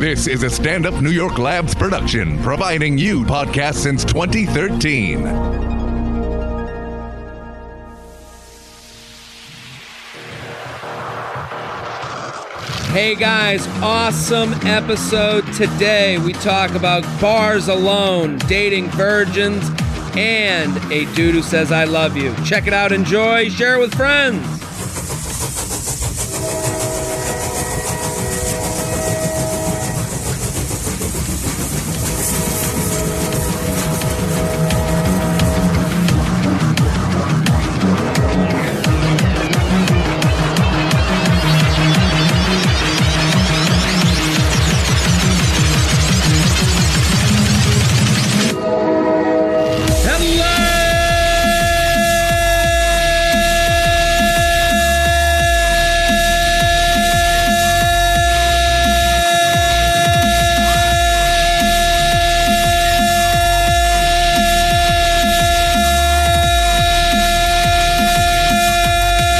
This is a stand up New York Labs production, providing you podcasts since 2013. Hey guys, awesome episode today. We talk about bars alone, dating virgins, and a dude who says I love you. Check it out, enjoy, share it with friends.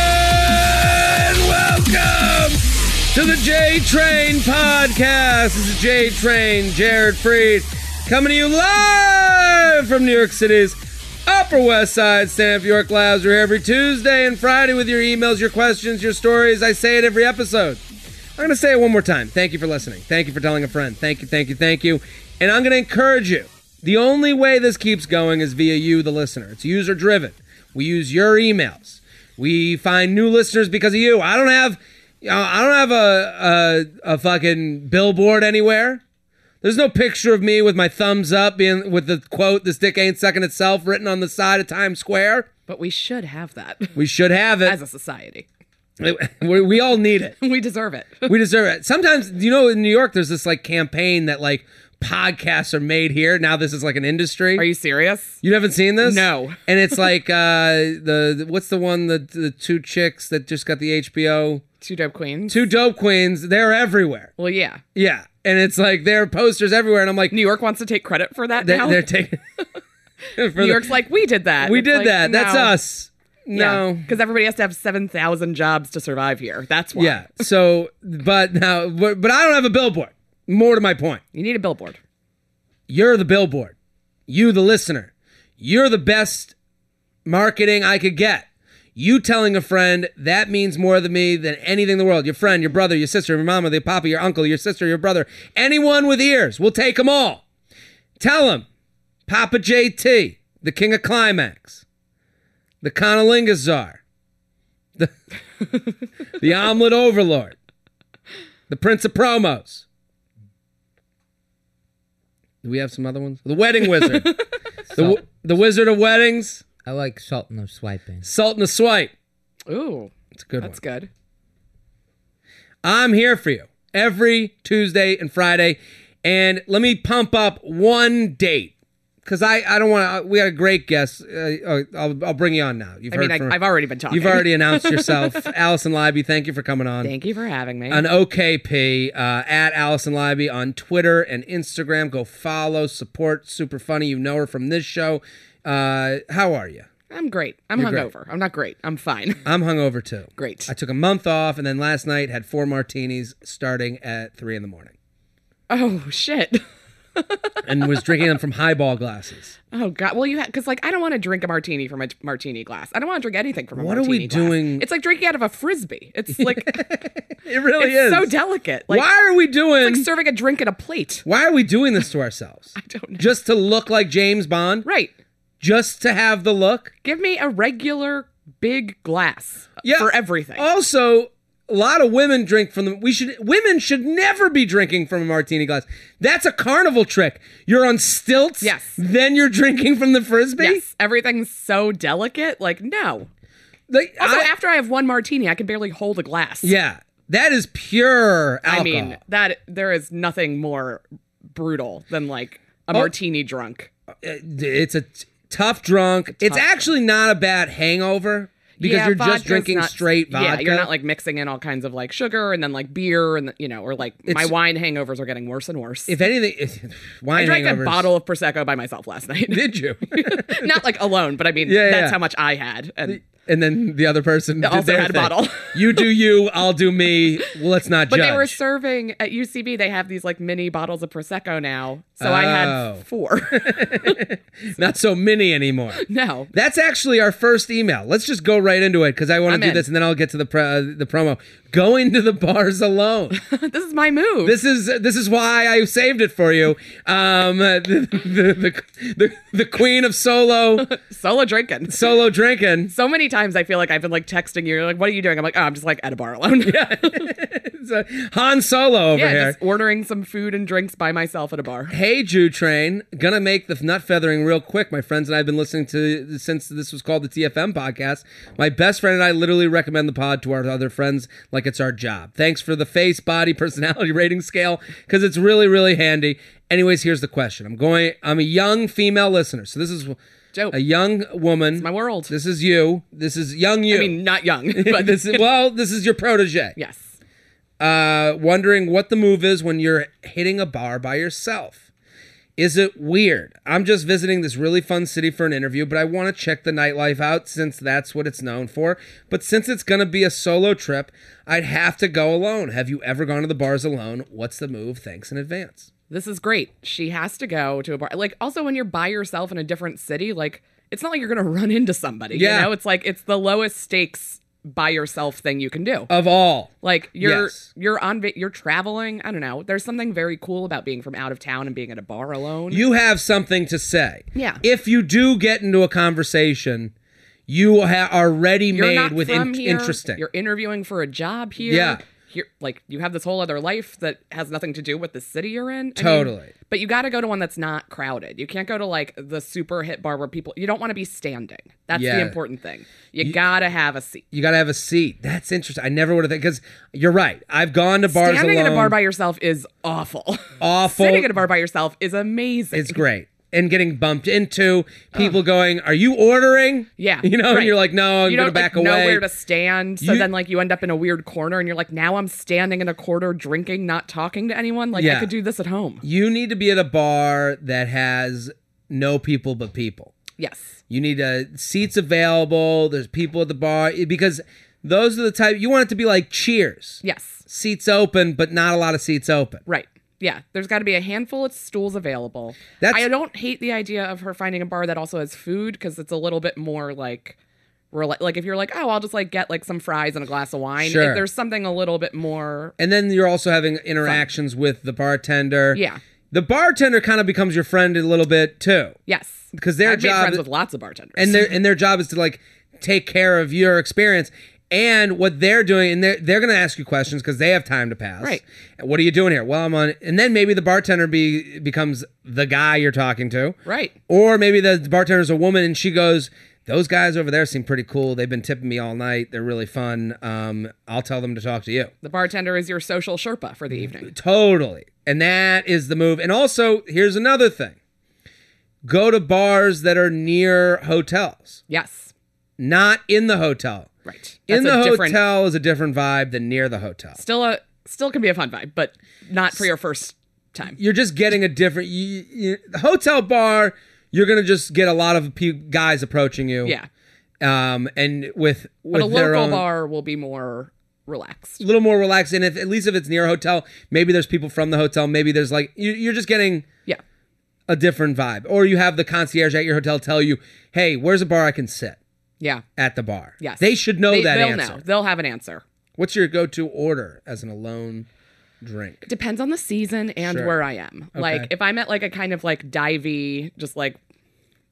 And welcome to the J Train Podcast. This is J Train, Jared Freed, coming to you live from New York City's Upper West Side, Stand Up York Labs. We're here every Tuesday and Friday with your emails, your questions, your stories. I say it every episode. I'm going to say it one more time. Thank you for listening. Thank you for telling a friend. Thank you, thank you, thank you. And I'm going to encourage you. The only way this keeps going is via you, the listener. It's user driven. We use your emails. We find new listeners because of you. I don't have, you know, I don't have a, a a fucking billboard anywhere. There's no picture of me with my thumbs up being with the quote "This dick ain't sucking itself" written on the side of Times Square. But we should have that We should have as it. a society. we, we all need it. We deserve it. we deserve it. Sometimes, you know, in New York, there's this like campaign that like podcasts are made here. Now this is like an industry. Are you serious? You haven't seen this? No. And it's like uh the, the- what's the one the the two chicks that just got the HBO Two dope queens. two dope queens. They're everywhere. well, yeah. Yeah. And it's like there are posters everywhere, and I'm like, New York wants to take credit for that they're, now. they're taking. for New York's like, we did that. the, we It's did like, that. That's no. us. No. Yeah. Because everybody has to have 7,000 jobs to survive here. That's why. Yeah. So, but now, but, but I don't have a billboard. More to my point. You need a billboard. You're the billboard. You, the listener. You're the best marketing I could get. You telling a friend that means more to me than anything in the world. Your friend, your brother, your sister, your mama, your papa, your uncle, your sister, your brother, anyone with ears. We'll take them all. Tell them, Papa JT, the king of climax, the conolingus czar, the, the omelet overlord, the prince of promos. Do we have some other ones? The wedding wizard, the, w- the wizard of weddings. I like Sultan of Swiping. Sultan of Swipe. Ooh, It's a good that's one. good. I'm here for you every Tuesday and Friday. And let me pump up one date because I, I don't want to. We had a great guest. Uh, oh, I'll, I'll bring you on now. You've I heard mean, from, I, I've already been talking. You've already announced yourself. Allison Libby, thank you for coming on. Thank you for having me. on OKP uh, at Allison Libby on Twitter and Instagram. Go follow, support, super funny. You know her from this show. Uh, how are you? I'm great. I'm great. hungover. I'm not great. I'm fine. I'm hungover too. Great. I took a month off, and then last night had four martinis starting at three in the morning, oh, shit. and was drinking them from highball glasses. Oh God! Well, you because like I don't want to drink a martini from a martini glass. I don't want to drink anything from a What are we martini glass. doing- It's like drinking out of a frisbee. It's like It really is it's so delicate. Like why are we doing? it's like serving a drink in a plate. why are we doing this to ourselves? I don't know. Just to look like James Bond? Right. Just to have the look? Give me a regular big glass Yeah. for everything. Oh, Also, a lot of women drink from the. We should. Women should never be drinking from a martini glass. That's a carnival trick. You're on stilts. Yes. Then you're drinking from the frisbee. yes, everything's so delicate. Like no. Like, Also, I- after I have one martini, I can barely hold a glass. yeah. That is pure alcohol. I mean that there is nothing more brutal than like Oh. a martini drunk. Uh, it's a t- tough drunk. it's actually not a bad hangover because Yeah, you're just vodka's drinking not- straight vodka. Yeah, you're not like mixing in all kinds of like sugar and then like beer and you know, or like my It's- wine hangovers are getting worse and worse. if anything, if, wine I drank hangovers. a bottle of prosecco by myself last night, Did you? not like alone, but I mean Yeah, that's yeah. how much I had, and and then the other person did Also their had a thing. bottle. you do you, I'll do me. Well, let's not But judge. they were serving at UCB. They have these like mini bottles of prosecco now, so I Oh. had four. not so many anymore. no, That's actually our first email. Let's just go right into it because I want I'm to do in. this, and then I'll get to the pro- uh, the promo. Going to the bars alone. this is my move. This is this is why I saved it for you. Um, uh, the, the, the, the, the queen of solo solo drinking. solo drinking. So many times I feel like I've been like texting you. You're like, "What are you doing?" I'm like, "Oh, I'm just like at a bar alone." Yeah, It's, uh, Han Solo over here. just ordering some food and drinks by myself at a bar. Hey, Jew Train. Gonna make the nut feathering real quick. My friends and I have been listening to since this was called the TFM podcast. My best friend and I literally recommend the pod to our other friends like it's our job. Thanks for the face, body, personality rating scale because it's really, really handy. Anyways, here's the question. I'm going. I'm a young female listener, so this is Joe. a young woman. my world. This is you. This is young you. I mean, not young, but this is, well, this is your protege yes. uh, wondering what the move is when you're hitting a bar by yourself. Is it weird? I'm just visiting this really fun city for an interview, but I want to check the nightlife out since that's what it's known for. But since it's going to be a solo trip, I'd have to go alone. Have you ever gone to the bars alone? What's the move? Thanks in advance. This is great. She has to go to a bar. Like, also when you're by yourself in a different city, like it's not like you're gonna run into somebody. Yeah. You know, it's like it's the lowest stakes by yourself thing you can do. Of all. Like you're Yes. you're on va- you're traveling. I don't know. There's something very cool about being from out of town and being at a bar alone. You have something to say. Yeah. If you do get into a conversation, you ha- are ready you're made not with from in- here. interesting. You're interviewing for a job here. Yeah. You're, like you have this whole other life that has nothing to do with the city you're in. I mean, Totally. but you got to go to one that's not crowded. You can't go to like the super hit bar where people. You don't want to be standing. That's Yeah. the important thing. You, gotta have a seat. you gotta have a seat. That's interesting. I never would have because you're right. I've gone to bars standing alone. at a bar by yourself is awful. awful. Sitting at a bar by yourself is amazing. it's great. And getting bumped into people going, "Are you ordering?" Yeah, you know, and right. you're like, "No, I'm you gonna don't back like, away." know where to stand. So You- then, like, you end up in a weird corner, and you're like, now I'm standing in a corner, drinking, not talking to anyone. Like, Yeah. I could do this at home. you need to be at a bar that has no people but people. Yes, You need uh, seats available. There's people at the bar because those are the type you want it to be like Cheers. yes, Seats open, but not a lot of seats open. right. Yeah, there's got to be a handful of stools available. That's- I don't hate the idea of her finding a bar that also has food because it's a little bit more like, rela- like if you're like, oh, I'll just like get like some fries and a glass of wine. Sure. If there's something a little bit more, And then you're also having interactions with the bartender. Yeah. The bartender kind of becomes your friend a little bit too. yes, Because their I've made job- friends with lots of bartenders. And their and their job is to like take care of your experience and what they're doing and they're they're gonna ask you questions because they have time to pass. Right. What are you doing here? Well I'm on and then maybe the bartender be becomes the guy you're talking to. Right. Or maybe the bartender's a woman and she goes those guys over there seem pretty cool. They've been tipping me all night. They're really fun. Um, I'll tell them to talk to you. the bartender is your social sherpa for the Mm-hmm. evening. Totally. And that is the move. And also, here's another thing go to bars that are near hotels, Yes, not in the hotel. right. in That's the a different- hotel is a different vibe than near the hotel. still a still can be a fun vibe, but not for your first time. You're just getting a different you, you, the hotel bar. You're gonna just get a lot of pe- guys approaching you. Yeah, Um, and with with but a their local own, bar will be more relaxed. a little more relaxed. And if at least if it's near a hotel, maybe there's people from the hotel. Maybe there's like you, you're just getting Yeah, a different vibe. Or you have the concierge at your hotel tell you, hey, where's a bar I can sit yeah, at the bar? yes. They should know that they'll answer. Know. They'll have an answer. What's your go to order as an alone drink? Depends on the season and Sure. where I am. Like if I'm at like a kind of like divey, just like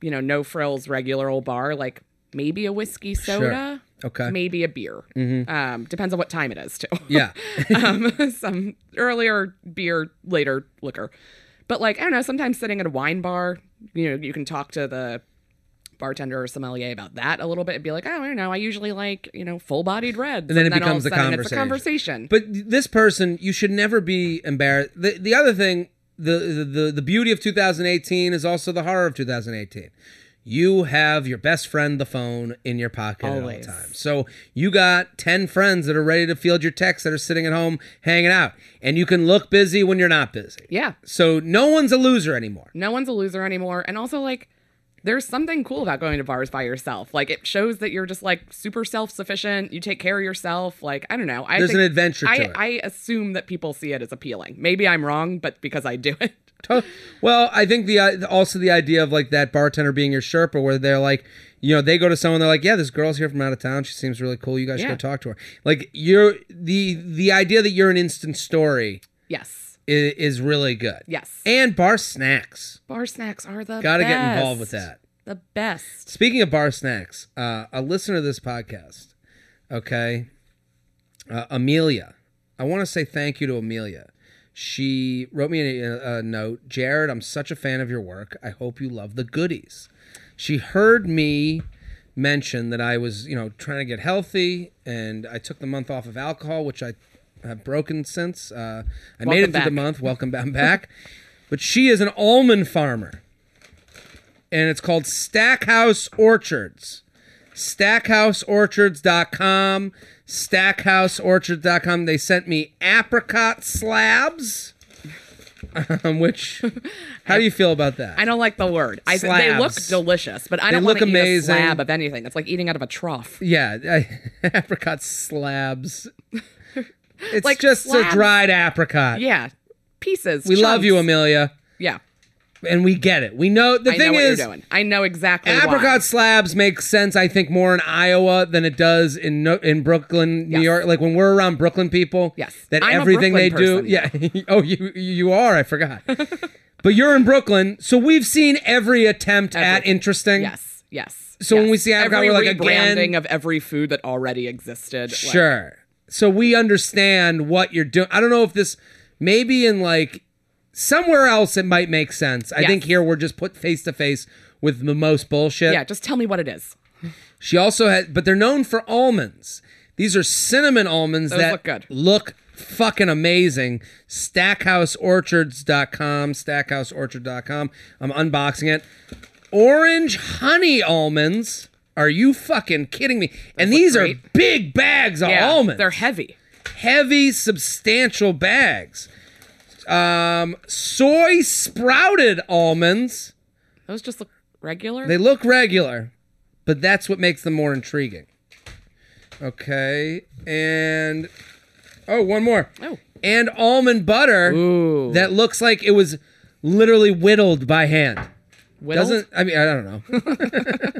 you know, no frills, regular old bar, like maybe a whiskey soda. Okay. Mm-hmm. Maybe a beer. Um, depends on what time it is too. Yeah. um, some earlier beer, later liquor. But like I don't know, sometimes sitting at a wine bar, you know, you can talk to the bartender or sommelier about that a little bit and be like, oh, I don't know, I usually like you know full-bodied reds, And then it all becomes of a a sudden It's a conversation. conversation. but this person, you should never be embarrassed. The, the other thing, the, the, the, the beauty of 2018 is also the horror of 2018. You have your best friend, the phone, in your pocket Always. at all times. So you got 10 friends that are ready to field your texts that are sitting at home hanging out. And you can look busy when you're not busy. yeah, So no one's a loser anymore. no one's a loser anymore, and also like there's something cool about going to bars by yourself. Like it shows that you're just like super self sufficient. You take care of yourself. Like I don't know. I There's think- an adventure to I, it. I assume that people see it as appealing. Maybe I'm wrong, but because I do it. To- well, I think the uh, also the idea of like that bartender being your Sherpa, where they're like, you know, they go to someone, they're like, yeah, this girl's here from out of town. She seems really cool. You guys should Yeah. go talk to her. Like you're the the idea that you're an instant story Yes. is, is really good. Yes. And bar snacks, Bar snacks are the gotta get best. involved with that. The best. Speaking of bar snacks, uh, a listener to this podcast, okay, uh, Amelia, I want to say thank you to Amelia. She wrote me a, a note Jared, I'm such a fan of your work. I hope you love the goodies. She heard me mention that I was, you know, trying to get healthy and I took the month off of alcohol, which I have broken since. Uh, I made it Welcome through the back. month. Welcome back. I'm back. but she is an almond farmer and it's called Stackhouse Orchards. StackhouseOrchards.com. StackhouseOrchards.com. They sent me apricot slabs. Um, which, how do you feel about that? I don't like the word. I they look Slabs. delicious, but I They don't look want to eat a amazing. slab of anything. It's like eating out of a trough. yeah, I, apricot slabs. It's Like just slabs. a dried apricot. Yeah, pieces. we love chunks. you, Amelia, Yeah, and we get it. We know the I thing know what is, you're doing. I know exactly. why. apricot slabs make sense i think more in iowa than it does in no, in brooklyn new Yes. york like when we're around brooklyn people Yes. that I'm a everything they do Brooklyn yeah oh you you are i forgot but you're in brooklyn so we've seen every attempt at Every- interesting Yes, yes. So yes. when we see apricot, every we're like, rebranding again- of every food that already existed. like- sure so we understand what you're doing i don't know if this maybe in like somewhere else it might make sense i Yes. think here we're just put face to face with the most bullshit yeah, just tell me what it is. She also had, but they're known for almonds. These are cinnamon almonds Those that look good. look fucking amazing. StackhouseOrchards.com, StackhouseOrchard.com. I'm unboxing it. Orange honey almonds. Are you fucking kidding me? and look these are great. big bags of Yeah, almonds. they're heavy. heavy, substantial bags. Um, soy sprouted almonds. Those just look regular. They look regular, but that's what makes them more intriguing. Okay, and oh, one more. Oh. And almond butter Ooh. that looks like it was literally whittled by hand. Whittled? Doesn't I mean I don't know.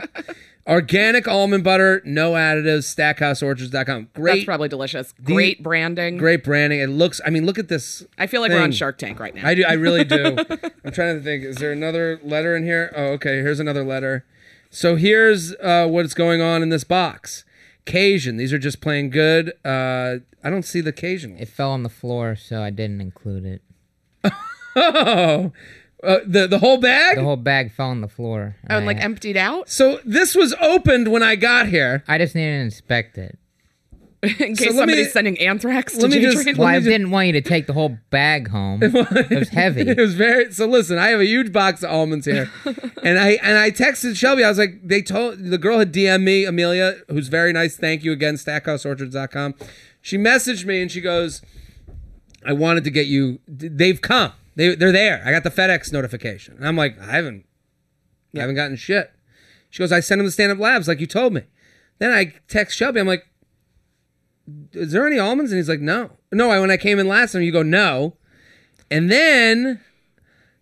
Organic almond butter, no additives. StackhouseOrchards.com. That's Great, probably delicious. Great branding. great branding. It looks. I mean, look at this. I feel like we're on thing. Shark Tank right now. I do. I really do. I'm trying to think. Is there another letter in here? Oh, okay. Here's another letter. So here's uh, what's going on in this box. Cajun. These are just plain good. Uh, I don't see the Cajun. one. It fell on the floor, so I didn't include it. Oh, uh, the the whole bag. The whole bag fell on the floor. oh, and like I- emptied out so this was opened when I got here. I just needed to inspect it. in case let me- somebody's sending anthrax to let me just- J-Train. Well, me I just- didn't want you to take the whole bag home. it was heavy. It was very so. Listen, I have a huge box of almonds here, and I and I texted Shelby. I was like, they told the girl had DM'd me Amelia, who's very nice. Thank you again, StackhouseOrchards.com. She messaged me and she goes, "I wanted to get you. They've come. They they're there. I got the FedEx notification." And I'm like, I haven't, I haven't gotten shit. She goes, I sent him to Stand Up Labs like you told me. Then I text Shelby. I'm like, is there any almonds? And he's like, no. No, I, when I came in last time, you go, no. And then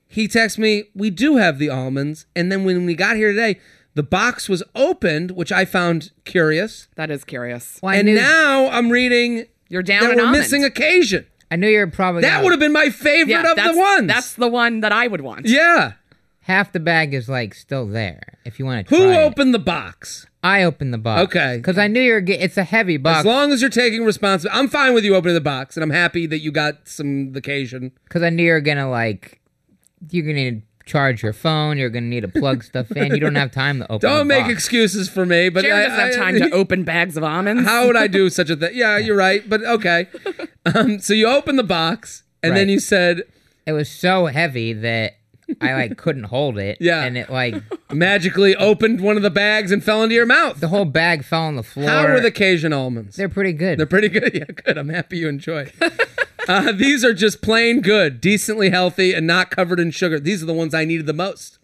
he texts me, we do have the almonds. And then when we got here today, the box was opened, which I found curious. That is curious. Well, I and knew, now I'm reading You're down that an we're almond. missing occasion. I knew you were probably That gonna- would have been my favorite yeah, of that's, the ones. That's the one that I would want. yeah. half the bag is like still there. If you want to, Who try it. opened the box? I opened the box. Okay. because I knew you were. Get, it's a heavy As box. long as you're taking responsibility, I'm fine with you opening the box, and I'm happy that you got some occasion. Because I knew you were gonna like, you're gonna need to charge your phone. You're gonna need to plug stuff in. You don't have time to open. Don't the make box. excuses for me, but Jared I- doesn't have I- time to open bags of almonds. How would I do such a thing? Yeah, you're right, but okay. Um, so you open the box, and then Right. you said, It was so heavy that I like couldn't hold it. Yeah. and it like magically opened one of the bags and fell into your mouth. the whole bag fell on the floor. How were the Cajun almonds? They're pretty good. They're pretty good. Yeah, good. I'm happy you enjoyed. uh, these are just plain good, decently healthy, and not covered in sugar. These are the ones I needed the most.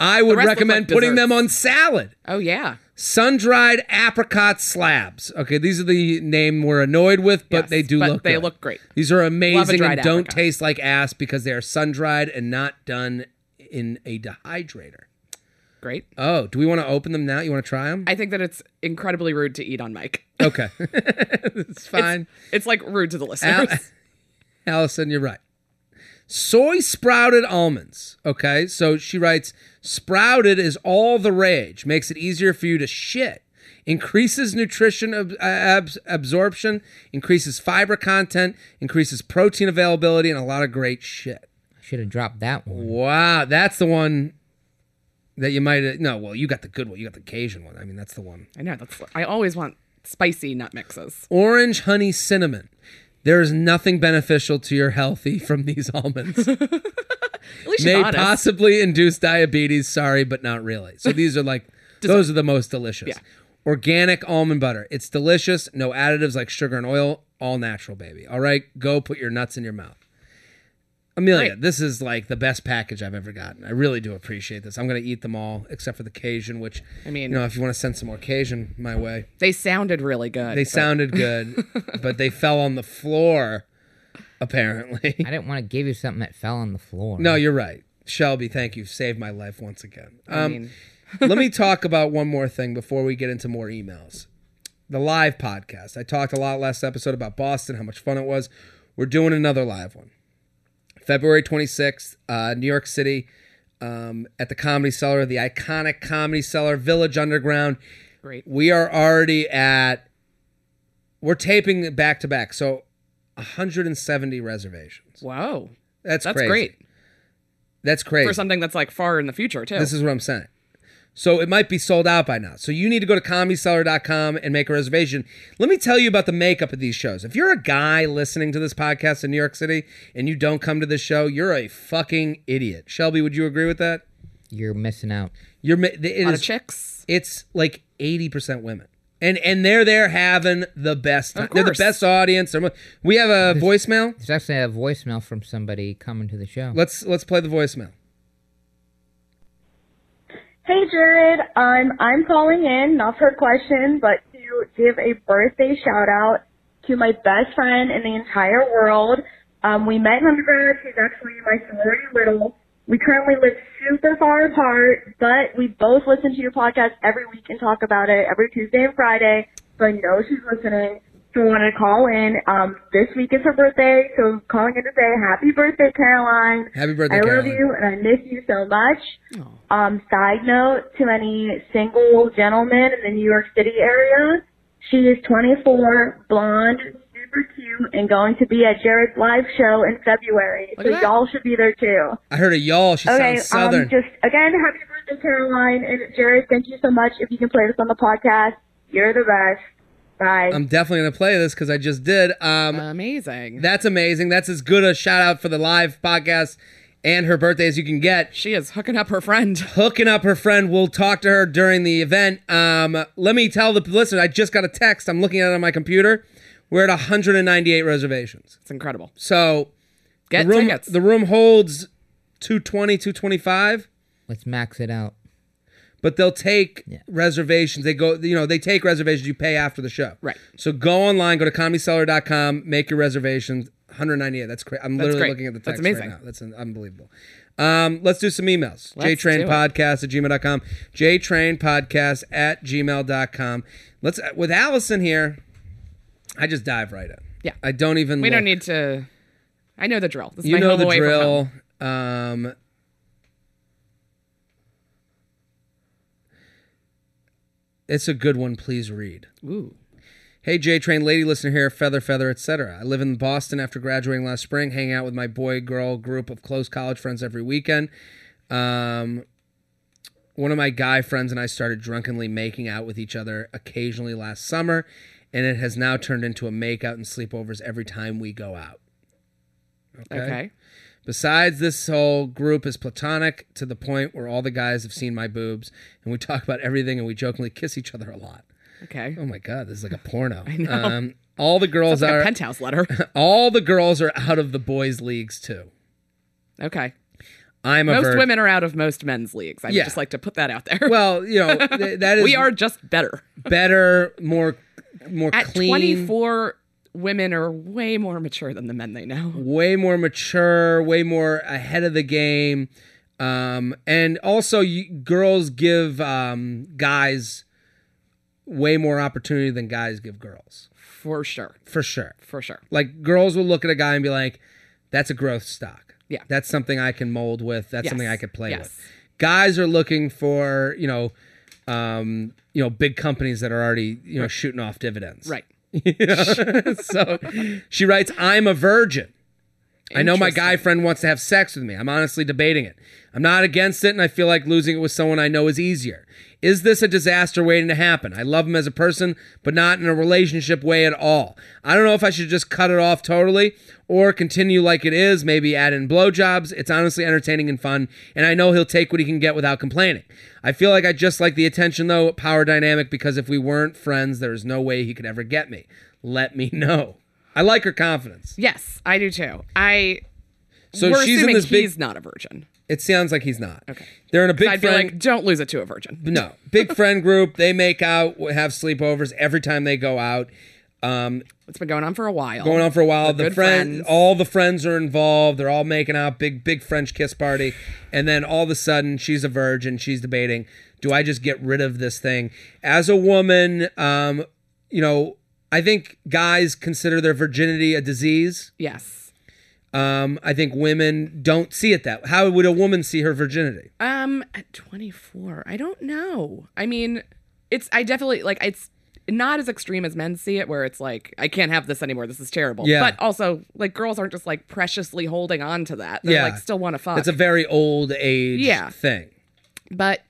I would rest look recommend like putting them on salad. Oh yeah. Sun dried apricot slabs. Okay, these are the name we're annoyed with, but Yes, they do but look they good. look great. These are amazing and dried don't apricot. taste like ass because they are sun dried and not done in a dehydrator. Great. Oh, do we want to open them now? You want to try them? I think that it's incredibly rude to eat on mic. okay, it's fine. It's like rude to the listeners. Al- Allison, you're right. Soy sprouted almonds. Okay, so she writes sprouted is all the rage, makes it easier for you to shit, increases nutrition ab- abs- absorption, increases fiber content, increases protein availability, and a lot of great shit. Should have dropped that one. Wow, that's the one that you might no. Well, you got the good one. You got the Cajun one. I mean, that's the one. I know that's. I always want spicy nut mixes. orange honey cinnamon. There is nothing beneficial to your healthy from these almonds. At least May you're honest. possibly induce diabetes. Sorry, but not really. So these are like those are the most delicious. Yeah. Organic almond butter. It's delicious. No additives like sugar and oil. All natural, baby. All right, go put your nuts in your mouth. Amelia, Right. this is like the best package I've ever gotten. I really do appreciate this. I'm gonna eat them all except for the Cajun, which I mean- you know, if you want to send some more Cajun my way, they sounded really good. they but sounded good, but they fell on the floor, apparently. I didn't want to give you something that fell on the floor. No, you're right. Shelby, thank you. Saved my life once again. I Um, mean, let me talk about one more thing before we get into more emails. The live podcast. I talked a lot last episode about Boston, how much fun it was. We're doing another live one. February 26th, uh, New York City, um, at the Comedy Cellar, the iconic Comedy Cellar, Village Underground. great. We are already at we're taping it back to back, so 170 reservations. Whoa. That's That's crazy. great That's crazy. for something that's like far in the future too. This is what I'm saying. So it might be sold out by now. So you need to go to comedyseller.com and make a reservation. Let me tell you about the makeup of these shows. If you're a guy listening to this podcast in New York City and you don't come to this show, you're a fucking idiot. Shelby, would you agree with that? You're missing out. You're mi- it a lot of is- chicks. it's like 80% women. And and they're there having the best time. They're the course. best audience. They're mo- We have a voicemail. There's actually a voicemail from somebody coming to the show. Let's let's play the voicemail. Hey Jared, um, I'm calling in not for a question, but to give a birthday shout out to my best friend in the entire world. Um, we met in undergrad. She's actually my sorority little. We currently live super far apart, but we both listen to your podcast every week and talk about it every Tuesday and Friday. So I know she's listening. So I wanted to call in. Um, this week is her birthday, so calling in to say happy birthday, Caroline. Happy birthday, I love Caroline. Oh, you and I miss you so much. Um, side note to any single gentleman in the New York City area, she is 24, blonde, super cute, and going to be at Jared's live show in February. Look So at that. y'all should be there too. I heard a y'all. She Okay, sounds southern. um, just again, happy birthday, Caroline. And Jared, thank you so much. If you can play this on the podcast, you're the best. Bye. I'm definitely gonna play this because I just did. Um, Uh. Amazing. That's amazing. That's as good a shout out for the live podcast and her birthday as you can get. she is hooking up her friend. Hooking up her friend. We'll talk to her during the event. Um, let me tell the listeners. I just got a text. I'm looking at it on my computer. We're at 198 reservations. It's incredible. So Get the room tickets. the room holds 220, 225. Let's max it out. but they'll take reservations. They go, you know, they take reservations you pay after the show. Right. So go online, go to comedyseller.com, make your reservations. 198. That's crazy. I'm literally great. looking at the That's text amazing. right now. That's un- unbelievable. Um, let's do some emails. Let's do it. JTrainPodcast at gmail.com. JTrainPodcast at gmail.com. Let's, with Allison here, I just dive right in. Yeah. I don't even we look. don't need to. I know the drill. This is You my know home the away from home. drill. Um, it's a good one. Please read. Ooh. Hey, J Train, lady listener here, feather, feather, etc. I live in Boston after graduating last spring, hang out with my boy girl group of close college friends every weekend. Um, one of my guy friends and I started drunkenly making out with each other occasionally last summer, and it has now turned into a makeout and sleepovers every time we go out. Okay. Besides, this whole group is platonic to the point where all the guys have seen my boobs, and we talk about everything, and we jokingly kiss each other a lot. Okay. Oh my god, this is like a porno. I know. Um, all the girls Like a are penthouse letter. all the girls are out of the boys' leagues too. okay. I'm a Most virgin. women are out of most men's leagues. I would Yeah. just like to put that out there. Well, you know th- that is we are just better. better, more more At clean, 24, women are way more mature than the men they know. way more mature, way more ahead of the game. Um, and also, you, girls give um, guys way more opportunity than guys give girls, For sure. for sure. For sure. Like girls will look at a guy and be like, "That's a growth stock. Yeah. that's something I can mold with. That's Yes. something I could play Yes. with." Guys are looking for you know, um, you know, big companies that are already you know shooting off dividends. Right. so she writes, I'm a virgin. I know my guy friend wants to have sex with me. I'm honestly debating it. I'm not against it, and I feel like losing it with someone I know is easier. Is this a disaster waiting to happen? I love him as a person, but not in a relationship way at all. I don't know if I should just cut it off totally or continue like it is, maybe add in blowjobs. It's honestly entertaining and fun, and I know he'll take what he can get without complaining. I feel like I just like the attention, though, power dynamic, because if we weren't friends, there is no way he could ever get me. Let me know. I like her confidence. Yes, I do too. I. So we're she's in assuming this big he's not a virgin. It sounds like he's not. Okay. They're in a big I'd friend. be like, don't lose it to a virgin. no, big friend group. They make out, have sleepovers every time they go out. Um, It's been going on for a while. going on for a while. They're The good friend, friends. all the friends are involved. They're all making out, big big French kiss party, and then all of a sudden she's a virgin. She's debating, do I just get rid of this thing? As a woman, um, you know, I think guys consider their virginity a disease. Yes. Um, I think women don't see it that. How would a woman see her virginity? Um, at 24, I don't know. I mean, it's I definitely like it's not as extreme as men see it, where it's like I can't have this anymore. This is terrible. Yeah. But also, like girls aren't just like preciously holding on to that. They Yeah. are like still want to fuck. It's a very old age Oh. Yeah. thing. but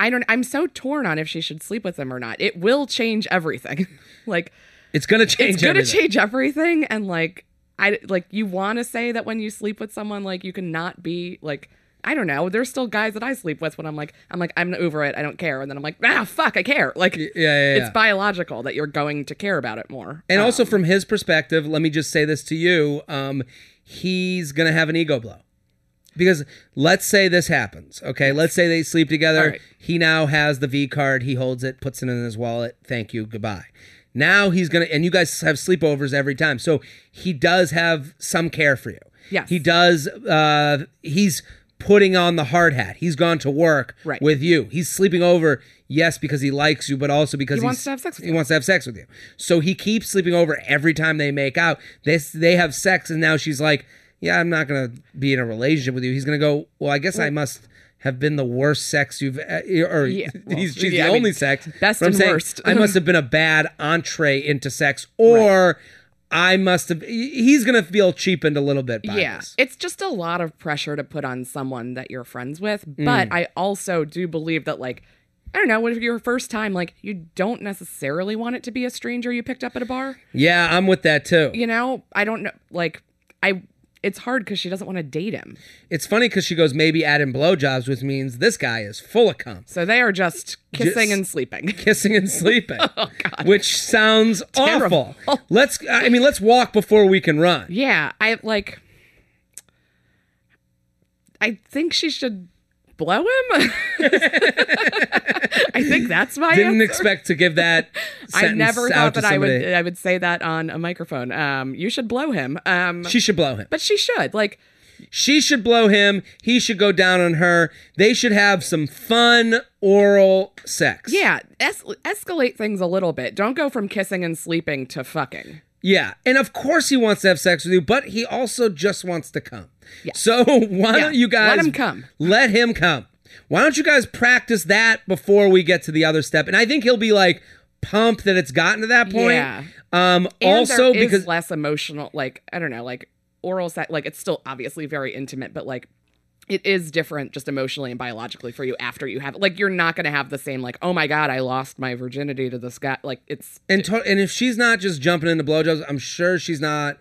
I don't. I'm so torn on if she should sleep with him or not. It will change everything. like It's gonna change. it's gonna everything. change everything and like i like you want to say that when you sleep with someone like you can not be like i don't know there's still guys that i sleep with when i'm like i'm like i'm over it i don't care and then i'm like ah fuck i care like Yeah, yeah, yeah. it's biological that you're going to care about it more and also from his perspective, let me just say this to you: um, he's gonna have an ego blow because let's say this happens. Okay, let's say they sleep together. All right. He now has the V card. He holds it, puts it in his wallet. Thank you. Goodbye. Now he's gonna, and you guys have sleepovers every time, so he does have some care for you. Yes. he does. Uh, he's putting on the hard hat. He's gone to work Right. with you. He's sleeping over, yes, because he likes you, but also because He wants he's- to have sex with he you. wants to have sex with you. So he keeps sleeping over every time they make out. They they have sex, and now she's like, "Yeah, I'm not gonna be in a relationship with you." He's gonna go, "Well, I guess I must." Have been the worst sex you've, e- or Yeah, well, he's, she's the yeah, I mean, only sex. best But I'm and saying, worst. I must have been a bad entree into sex, or I must have. He's gonna feel cheapened a little bit. By yeah this. it's just a lot of pressure to put on someone that you're friends with but Mm. i also do believe that like I don't know. What if your first time, like you don't necessarily want it to be a stranger you picked up at a bar? yeah, I'm with that too. you know i don't know like i it's hard because she doesn't want to date him It's funny because she goes, maybe add in blowjobs, which means this guy is full of cum. so they are just kissing Just- and sleeping kissing and sleeping, Oh, which sounds awful. Let's, I mean, let's walk before we can run. yeah i like i think she should blow him i think that's my Didn't answer. expect to give that. i sentence never out thought to that i would somebody. i would say that on a microphone um you should blow him um She should blow him. but she should like She should blow him. He should go down on her. They should have some fun oral sex. yeah es- escalate things a little bit don't go from kissing and sleeping to fucking Yeah. And of course he wants to have sex with you, but he also just wants to come. So why Yeah. don't you guys Let him come. Let him come. Why don't you guys practice that before we get to the other step? And I think he'll be like pumped that it's gotten to that point. Yeah. Um And also there is because less emotional like i don't know like oral sex like it's still obviously very intimate but like it is different just emotionally and biologically for you after you have like you're not going to have the same like oh my god i lost my virginity to this guy like it's and to- and if she's not just jumping into blowjobs, I'm sure she's not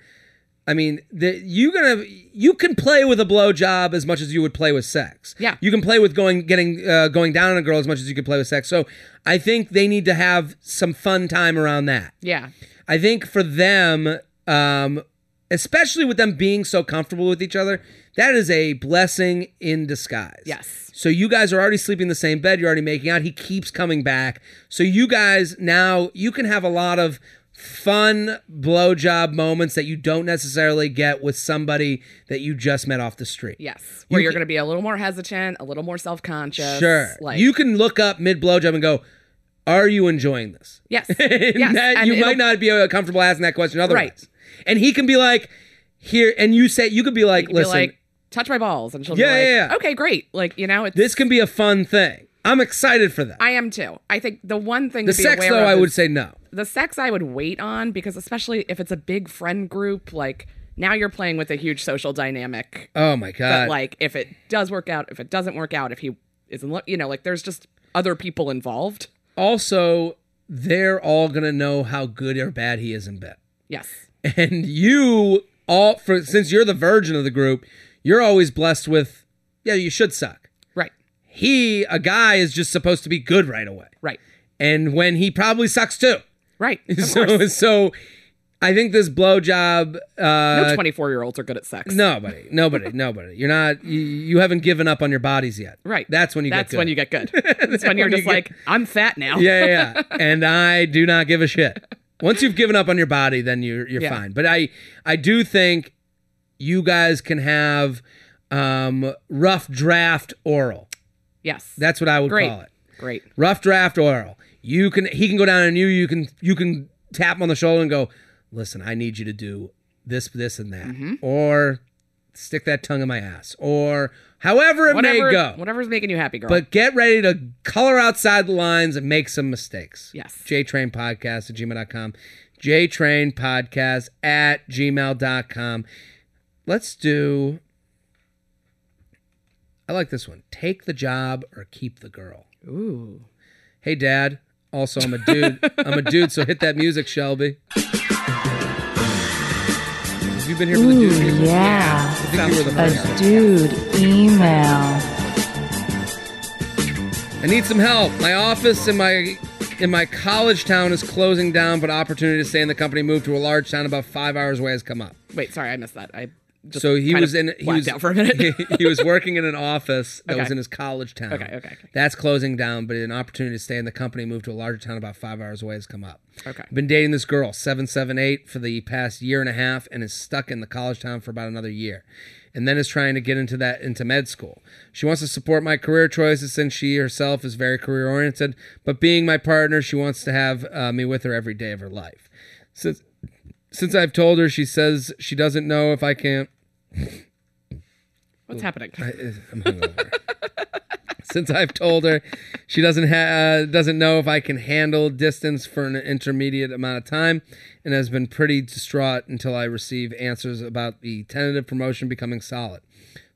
I mean, the, you gonna you can play with a blowjob as much as you would play with sex. Yeah. you can play with going getting uh, going down on a girl as much as you could play with sex. So I think they need to have some fun time around that. yeah I think for them, um, especially with them being so comfortable with each other. That is a blessing in disguise. Yes. So you guys are already sleeping in the same bed. You're already making out. He keeps coming back. So you guys now you can have a lot of fun blowjob moments that you don't necessarily get with somebody that you just met off the street. Yes. Where you are going to be a little more hesitant, a little more self conscious. Sure. Like, you can look up mid blowjob and go, "Are you enjoying this?" yes. And yes. that- and you might it'll- not be uh, comfortable asking that question otherwise. Right. And he can be like, "Here," and you say, "You could be like, you'd be listen, like, touch my balls. And she'll Yeah, be like, yeah, yeah. okay, great. Like, you know, it's. this can be a fun thing. I'm excited for that." I am too. I think the one thing the to be sex, aware though, of I is would say no. the sex I would wait on because especially if it's a big friend group, like now you're playing with a huge social dynamic. Oh my But god! like if it does work out, if it doesn't work out, if he isn't, lo- you know, like there's just other people involved. also, they're all gonna know how good or bad he is in bed, Yes. and you all for since you're the virgin of the group, you're always blessed with, yeah, you should suck. Right. He, a guy, is just supposed to be good right away, Right. and when he probably sucks too. Right. Of so course. so I think this blowjob uh No 24 year olds are good at sex. nobody nobody nobody you're not you, you haven't given up on your bodies yet Right. that's when you That's get when good. you get good. That's when you're when you just get- like, I'm fat now. yeah yeah, yeah. and I do not give a shit once you've given up on your body then you're you're Yeah. fine but I I do think you guys can have um rough draft oral Yes. that's what I would Great. call it Great. rough draft oral. You can he can go down on you. You can you can tap him on the shoulder and go, listen, I need you to do this, this, and that, Mm-hmm. or stick that tongue in my ass, or however it Whatever, may go. Whatever's making you happy, girl. But get ready to color outside the lines and make some mistakes. Yes. JTrain Podcast at gmail.com. JTrain Podcast at gmail.com. Let's do. I like this one. Take the job or keep the girl. Ooh. Hey, Dad. Also, I'm a dude. I'm a dude, so hit that music, Shelby. Have you been here for the dude? music? yeah. I think you were the A first. dude email. I need some help. My office in my in my college town is closing down, but opportunity to stay in the company moved to a large town about five hours away has come up. Wait, sorry, I missed that. I just so he kind was of in he blacked was out for a minute. he, he was working in an office that was Okay. in his college town. Okay, okay, okay. That's closing down, but an opportunity to stay in the company moved to a larger town about five hours away has come up. Okay. Been dating this girl, 778, for the past year and a half and is stuck in the college town for about another year. And then is trying to get into that into med school. She wants to support my career choices since she herself is very career oriented, but being my partner, she wants to have uh, me with her every day of her life. Since since I've told her, she says she doesn't know if I can What's happening? eh, I'm hungover. Since I've told her, she doesn't ha- uh, doesn't know if I can handle distance for an intermediate amount of time, and has been pretty distraught until I receive answers about the tentative promotion becoming solid.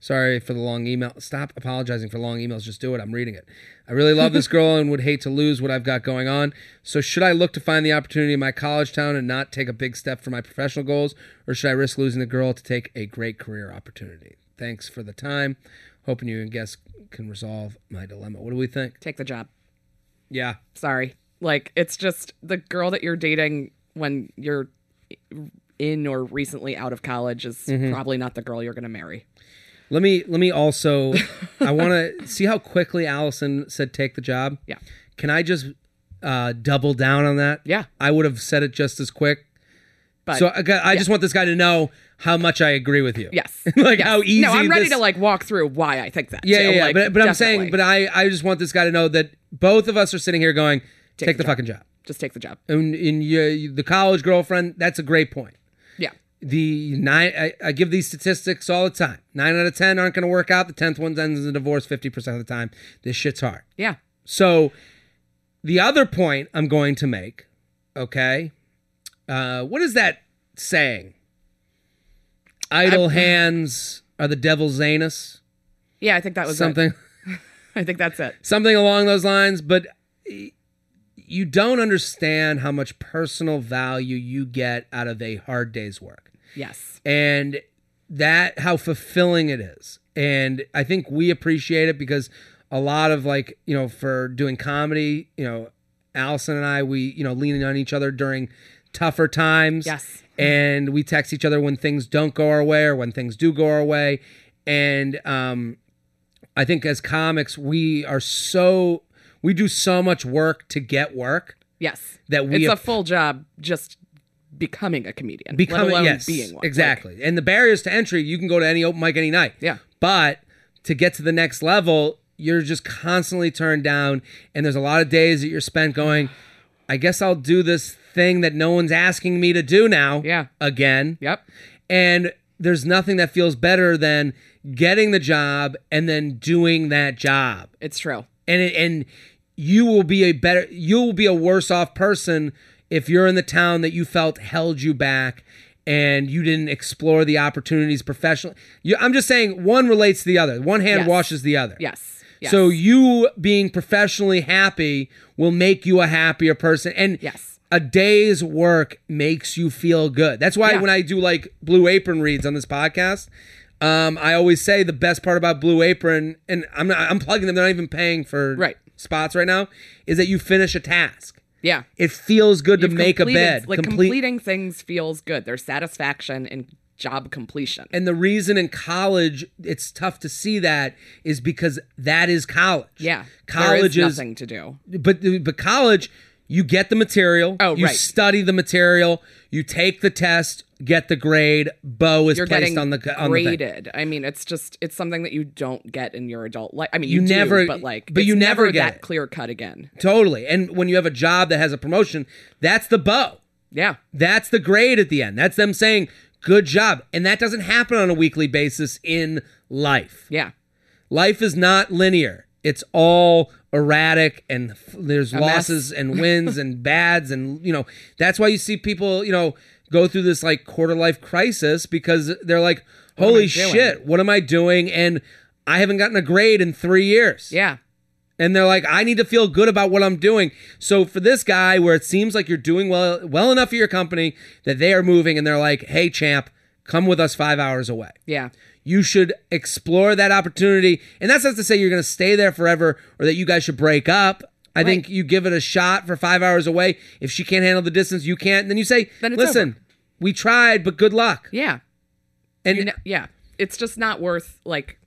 Sorry for the long email. Stop apologizing for long emails. Just do it. I'm reading it. I really love this girl and would hate to lose what I've got going on. So should I look to find the opportunity in my college town and not take a big step for my professional goals, or should I risk losing the girl to take a great career opportunity? Thanks for the time. Hoping you and guests can resolve my dilemma. What do we think? Take the job. Yeah. Sorry. Like it's just the girl that you're dating when you're in or recently out of college is Mm-hmm. probably not the girl you're going to marry. Let me let me also I want to see how quickly Allison said take the job. Yeah. Can I just uh double down on that? Yeah. I would have said it just as quick. But so I, got- I just want this guy to know how much I agree with you. yes. like Yes. how easy No, I'm ready this- to like walk through why I think that. Yeah, too. yeah, yeah. Like, but but I'm saying, definitely. but I I just want this guy to know that both of us are sitting here going take, the, the job." fucking job. just take the job. And in you, the college girlfriend, that's a great point. Yeah. the nine I, I give these statistics all the time nine out of ten aren't going to work out the tenth one ends in a divorce 50% of the time this shit's hard Yeah. so the other point i'm going to make okay uh, what is that saying idle hands are the devil's anus Yeah, I think that was it. something I think that's it. something along those lines but y- you don't understand how much personal value you get out of a hard day's work Yes. and that how fulfilling it is and i think we appreciate it because a lot of like you know for doing comedy you know allison and i we you know leaning on each other during tougher times. Yes. And we text each other when things don't go our way or when things do go our way. And um, I think as comics, we are so, we do so much work to get work Yes. that we it's a ap- full job just becoming a comedian, become let alone yes, being one. Exactly. and the barriers to entry, you can go to any open mic any night. Yeah. But to get to the next level, you're just constantly turned down. And there's a lot of days that you're spent going, I guess I'll do this thing that no one's asking me to do now. Yeah. Again. Like, yep. And there's nothing that feels better than getting the job and then doing that job It's true. and it, and you will be a better you will be a worse off person if you're in the town that you felt held you back and you didn't explore the opportunities professionally you, i'm just saying one relates to the other one hand Yes. washes the other Yes. yes. so you being professionally happy will make you a happier person and Yes. a day's work makes you feel good that's why Yeah. when i do like blue apron reads on this podcast um, I always say the best part about Blue Apron, and I'm not, I'm plugging them. They're not even paying for Right. spots right now. Is that you finish a task? yeah. It feels good to You've make completed- a bed, Like complete completing things feels good. There's satisfaction in job completion. And the reason in college it's tough to see that is because that is college. yeah. college there is, is nothing to do. but but college you get the material Oh, you right. study the material you take the test get the grade bo is You're placed getting on the on the thing. graded. I mean, it's just it's something that you don't get in your adult life. I mean, You you, do, never- but like, but it's you never never get that it. clear cut again. totally and when you have a job that has a promotion that's the bo Yeah, that's the grade at the end that's them saying good job and that doesn't happen on a weekly basis in life yeah. life is not linear it's all erratic and f- there's mess. losses and wins and bads and you know that's why you see people you know go through this like quarter life crisis because they're like holy doing?" shit what am i doing and i haven't gotten a grade in 3 years Yeah. and they're like i need to feel good about what i'm doing so for this guy where it seems like you're doing well well enough at your company that they are moving and they're like hey champ come with us 5 hours away Yeah. you should explore that opportunity. And that's not to say you're going to stay there forever or that you guys should break up. I think you give it a shot for five hours away. If she can't handle the distance, you can't. And then you say, Then it's listen, over. we tried, but good luck. Yeah. And You know- yeah. It's just not worth like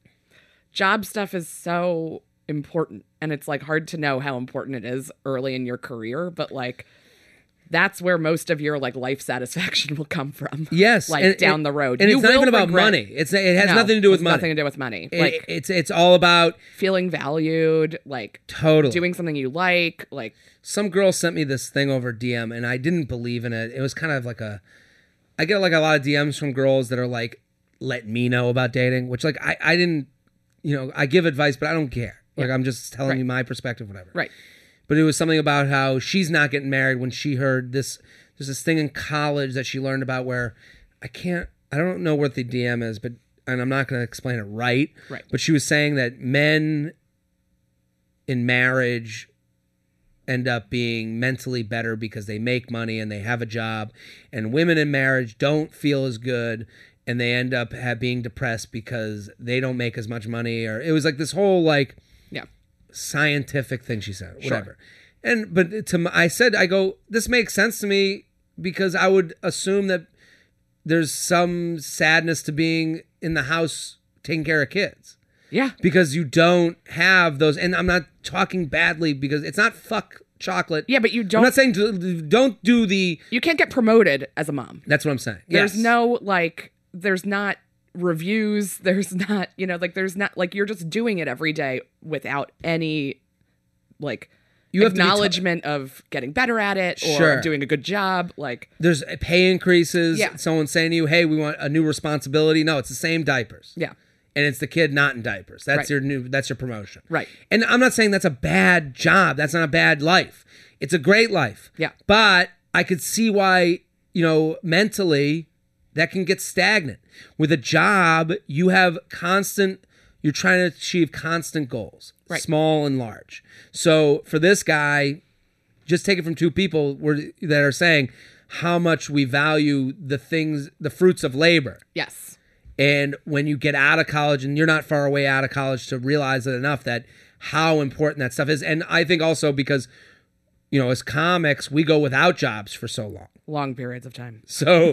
job stuff is so important and it's like hard to know how important it is early in your career, but like that's where most of your like life satisfaction will come from. yes, Like and- down and- the road. And You it's not will even about regret- money. It's it has No, nothing to do with it's money. Nothing to do with money. It- like it's it's all about feeling valued, like totally doing something you like, like some girl sent me this thing over DM and I didn't believe in it. It was kind of like a I get like a lot of DMs from girls that are like, let me know about dating, which like I, I didn't you know, I give advice, but I don't care. Like I'm just telling you my perspective, whatever. right. But it was something about how she's not getting married when she heard this there's this thing in college that she learned about where I can't I don't know what the DM is, but and I'm not gonna explain it right. Right. But she was saying that men in marriage end up being mentally better because they make money and they have a job and women in marriage don't feel as good and they end up ha- being depressed because they don't make as much money or it was like this whole like Yeah. scientific thing she said whatever and but to my, i said i go this makes sense to me because i would assume that there's some sadness to being in the house taking care of kids Yeah. because you don't have those. And I'm not talking badly because it's not fuck chocolate. Yeah, but you I'm don't not saying do, don't do the. you can't get promoted as a mom. That's what I'm saying. There's Yes. no like there's not reviews, there's not, you know, like there's not like you're just doing it every day without any like You have to be ta- acknowledgement of getting better at it or Sure. doing a good job. Like There's pay increases. Yeah. Someone saying to you, "Hey, we want a new responsibility." No, it's the same diapers. yeah. And it's the kid not in diapers. That's Right. your new. That's your promotion. Right. And I'm not saying that's a bad job. That's not a bad life. It's a great life. Yeah. But I could see why, you know, mentally that can get stagnant. With a job, you have constant, you're trying to achieve constant goals, Right. small and large. So for this guy, just take it from two people were, that are saying how much we value the things, the fruits of labor. Yes. And when you get out of college, and you're not far away out of college to realize it enough that how important that stuff is. And I think also because, you know, as comics, we go without jobs for so long. long periods of time. So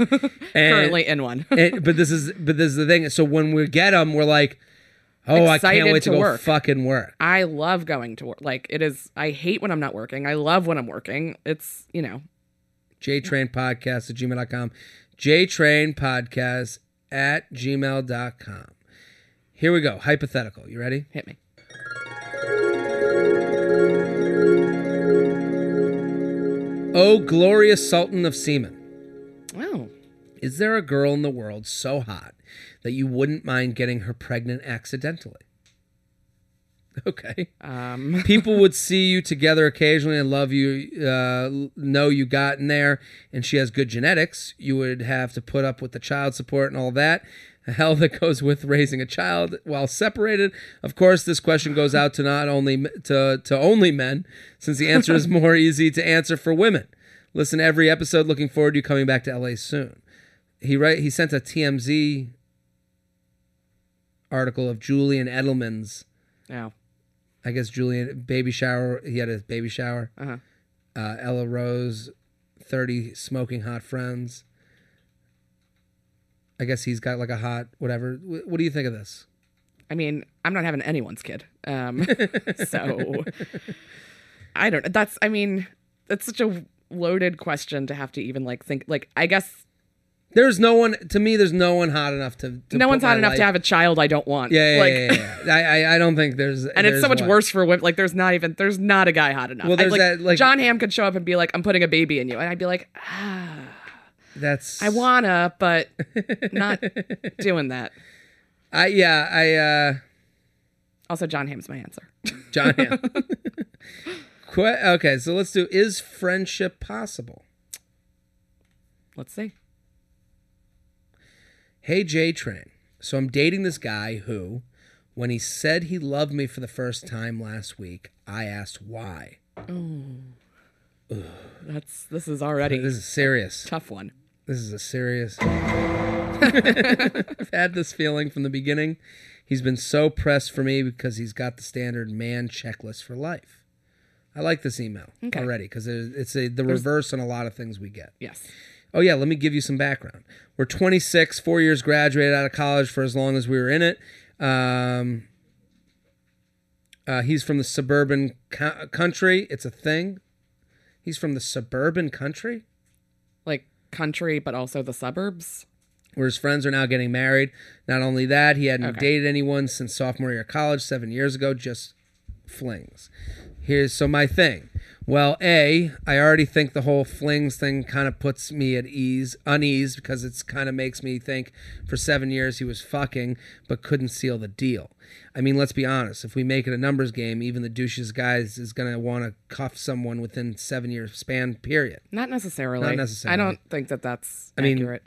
and- Currently in one. and- but this is but this is the thing. So when we get them, we're like, oh, I Excited can't wait to, to go work. fucking work. I love going to work. Like it is. I hate when I'm not working. I love when I'm working. It's you know jtrainpodcast at gmail.com. jtrainpodcast at gmail.com. Here we go. Hypothetical. You ready? hit me. Oh, glorious sultan of semen. Oh, Is there a girl in the world so hot that you wouldn't mind getting her pregnant accidentally? Okay. um, People would see you together occasionally and love you, uh, know you got in there, and she has good genetics. You would have to put up with the child support and all that. The hell that goes with raising a child while separated. Of course, this question goes out to not only m- to, to only men, since the answer is more easy to answer for women. Listen to every episode. Looking forward to you coming back to LA soon. He write he sent a TMZ article of Julian Edelman's no. I guess Julian baby shower. He had his baby shower. Uh-huh. Uh, Ella Rose, thirty smoking hot friends. I guess he's got like a hot whatever. Wh- What do you think of this? I mean, I'm not having anyone's kid. Um, so I don't. That's. I mean, that's such a loaded question to have to even like think. Like I guess There's no one to me. There's no one hot enough to. to no put one's my hot enough life- to have a child. I don't want. Yeah, yeah, like, yeah, yeah, yeah. I, I, I don't think there's. And it's so much one. worse for women. Like, there's not even there's not a guy hot enough. Well, I'd, there's like, that, like- John Hamm could show up and be like, "I'm putting a baby in you," and I'd be like, "Ah, That's. I wanna, but not doing that." I yeah. I. uh Also, John Hamm's my answer. John Hamm. Que- okay, so let's do. Is friendship possible? Let's see. Hey, J Train. So I'm dating this guy who, when he said he loved me for the first time last week, I asked why. That's this is already This is serious. tough one. This is a serious. I've had this feeling from the beginning. He's been so pressed for me because he's got the standard man checklist for life. I like this email Okay. already because it's a, the reverse on a lot of things we get. Yes. Oh, yeah, let me give you some background. We're 26, four years graduated out of college for as long as we were in it. Um, uh, he's from the suburban co- country. It's a thing. He's from the suburban country Like country, but also the suburbs. where his friends are now getting married. Not only that, he hadn't Okay. dated anyone since sophomore year of college seven years ago, just flings. Here's so my thing. Well, A, I already think the whole flings thing kind of puts me at ease, unease, because it's kind of makes me think for seven years he was fucking, but couldn't seal the deal. I mean, let's be honest. If we make it a numbers game, even the douches guys is going to want to cuff someone within seven year span period. Not necessarily. Not necessarily. I don't think that that's mean- accurate.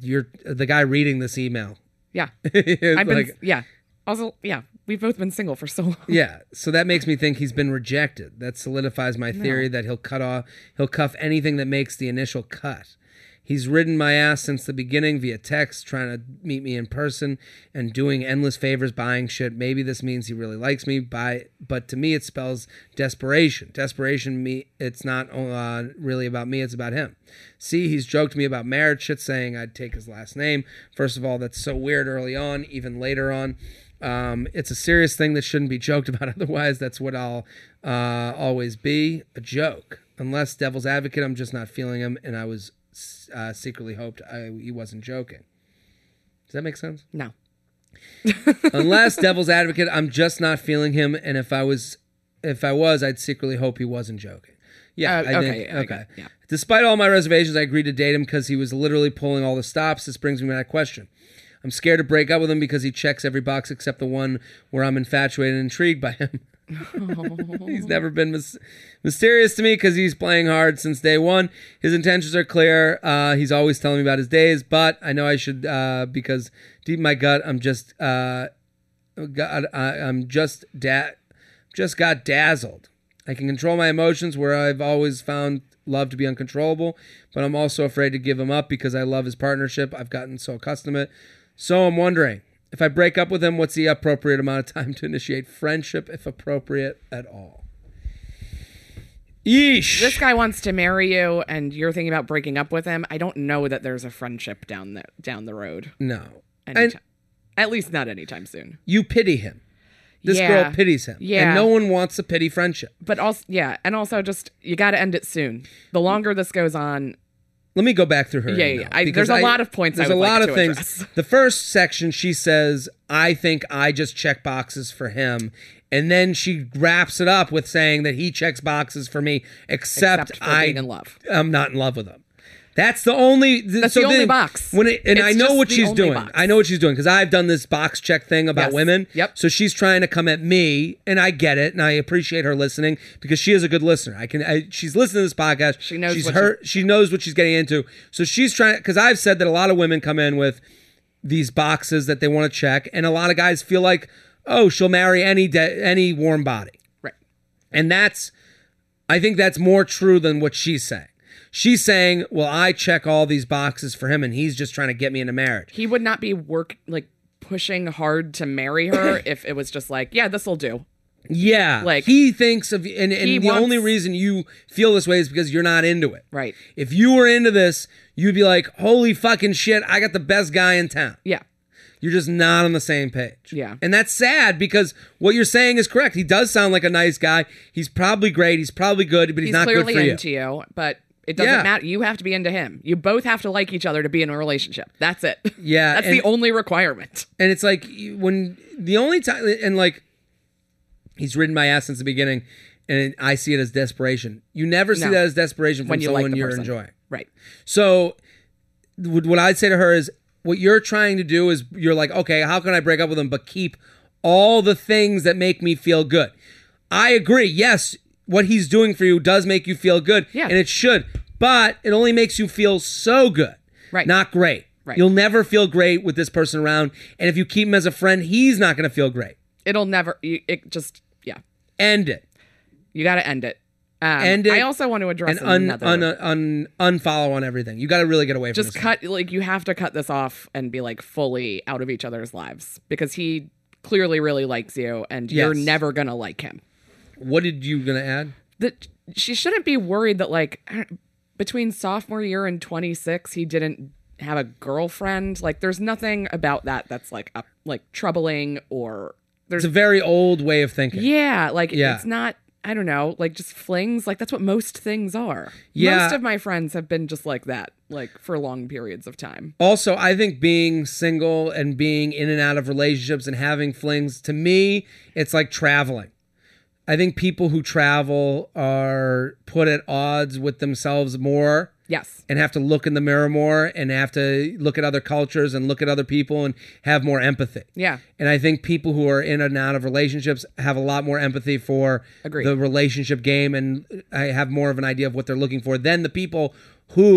You're the guy reading this email. Yeah. is I've been. like- yeah. Also, yeah. We've both been single for so long. Yeah, so that makes me think he's been rejected. That solidifies my theory that he'll cut off, he'll cuff anything that makes the initial cut. He's ridden my ass since the beginning via text, trying to meet me in person and doing endless favors, buying shit. Maybe this means he really likes me, by, but to me it spells desperation. Desperation, me, it's not uh, really about me, it's about him. See, he's joked me about marriage shit, saying I'd take his last name. First of all, that's so weird early on, even later on. Um, it's a serious thing that shouldn't be joked about. Otherwise, that's what I'll uh, always be a joke. Unless devil's advocate, I'm just not feeling him, and I was uh, secretly hoped I, he wasn't joking. Does that make sense? No. Unless devil's advocate, I'm just not feeling him, and if I was, if I was, I'd secretly hope he wasn't joking. Yeah, Uh, I okay, think, yeah, I okay. got- yeah. Despite all my reservations, I agreed to date him because he was literally pulling all the stops. This brings me to that question. I'm scared to break up with him because he checks every box except the one where I'm infatuated and intrigued by him. he's never been mys- mysterious to me because he's playing hard since day one. His intentions are clear. Uh, he's always telling me about his days, but I know I should uh, because deep in my gut, I'm just uh, God, I, I'm just da- just got dazzled. I can control my emotions where I've always found love to be uncontrollable, but I'm also afraid to give him up because I love his partnership. I've gotten so accustomed to it. So I'm wondering if I break up with him, what's the appropriate amount of time to initiate friendship, if appropriate at all? Yeesh. this guy wants to marry you and you're thinking about breaking up with him, I don't know that there's a friendship down the down the road. no. Anytime. And At least not anytime soon. you pity him. This Yeah. girl pities him. Yeah. And no one wants a pity friendship. But also yeah, and also just you got to end it soon. The longer this goes on, Let me go back through her. Yeah, email, yeah, I- because there's a lot of points I There's a would like lot to of things. address. The first section, she says, "I think I just check boxes for him," and then she wraps it up with saying that he checks boxes for me, except, except for I being in love. I'm not in love with him. That's the only. th- That's so the only then- box. When it, and It's I know just what the she's only doing. box. I know what she's doing because I've done this box check thing about Yes. women. Yep. So she's trying to come at me, and I get it, and I appreciate her listening because she is a good listener. I can. I, she's listening to this podcast. She knows She's what her. She knows what she's getting into. So she's trying because I've said that a lot of women come in with these boxes that they want to check, and a lot of guys feel like, oh, she'll marry any de- any warm body. Right. And that's, I think that's more true than what she's saying. She's saying, well, I check all these boxes for him and he's just trying to get me into marriage. He would not be work like pushing hard to marry her if it was just like, yeah, this will do. Yeah. Like- he thinks of, and, and He the wants- only reason you feel this way is because you're not into it. Right. If you were into this, you'd be like, holy fucking shit, I got the best guy in town. Yeah. You're just not on the same page. Yeah. And that's sad because what you're saying is correct. He does sound like a nice guy. He's probably great. He's probably good, but he's, He's not good clearly for you. into you. but it doesn't Yeah. matter. You have to be into him. You both have to like each other to be in a relationship. That's it. Yeah, That's and- the only requirement. and it's like you- when the only time and like he's ridden my ass since the beginning and i see it as desperation you never see No. that as desperation from When you someone like the you're person. enjoying Right. so what what i'd say to her is what you're trying to do is you're like okay how can i break up with him but keep all the things that make me feel good i agree yes what he's doing for you does make you feel good Yeah. and it should but it only makes you feel so good Right. not great Right. You'll never feel great with this person around. And if you keep him as a friend, he's not going to feel great. It'll never. You, it just. Yeah. End it. You got to end it. Um, End it I also want to address And un, another. un, uh, un, unfollow on everything. You got to really get away from just this. cut. Like you have to cut this off and be like fully out of each other's lives because he clearly really likes you and you're Yes. never gonna like him. What did you going to add? that she shouldn't be worried that like I don't- between sophomore year and 26 he didn't have a girlfriend like there's nothing about that that's like up, like troubling or It's there's a very old way of thinking. yeah like Yeah. it's not I don't know like just flings like that's what most things are Yeah. most of my friends have been just like that like for long periods of time Also, I think being single and being in and out of relationships and having flings, to me, it's like traveling. I think people who travel are put at odds with themselves more. yes and have to look in the mirror more and have to look at other cultures and look at other people and have more empathy. Yeah. And I think people who are in and out of relationships have a lot more empathy for Agreed. the relationship game and I have more of an idea of what they're looking for than the people who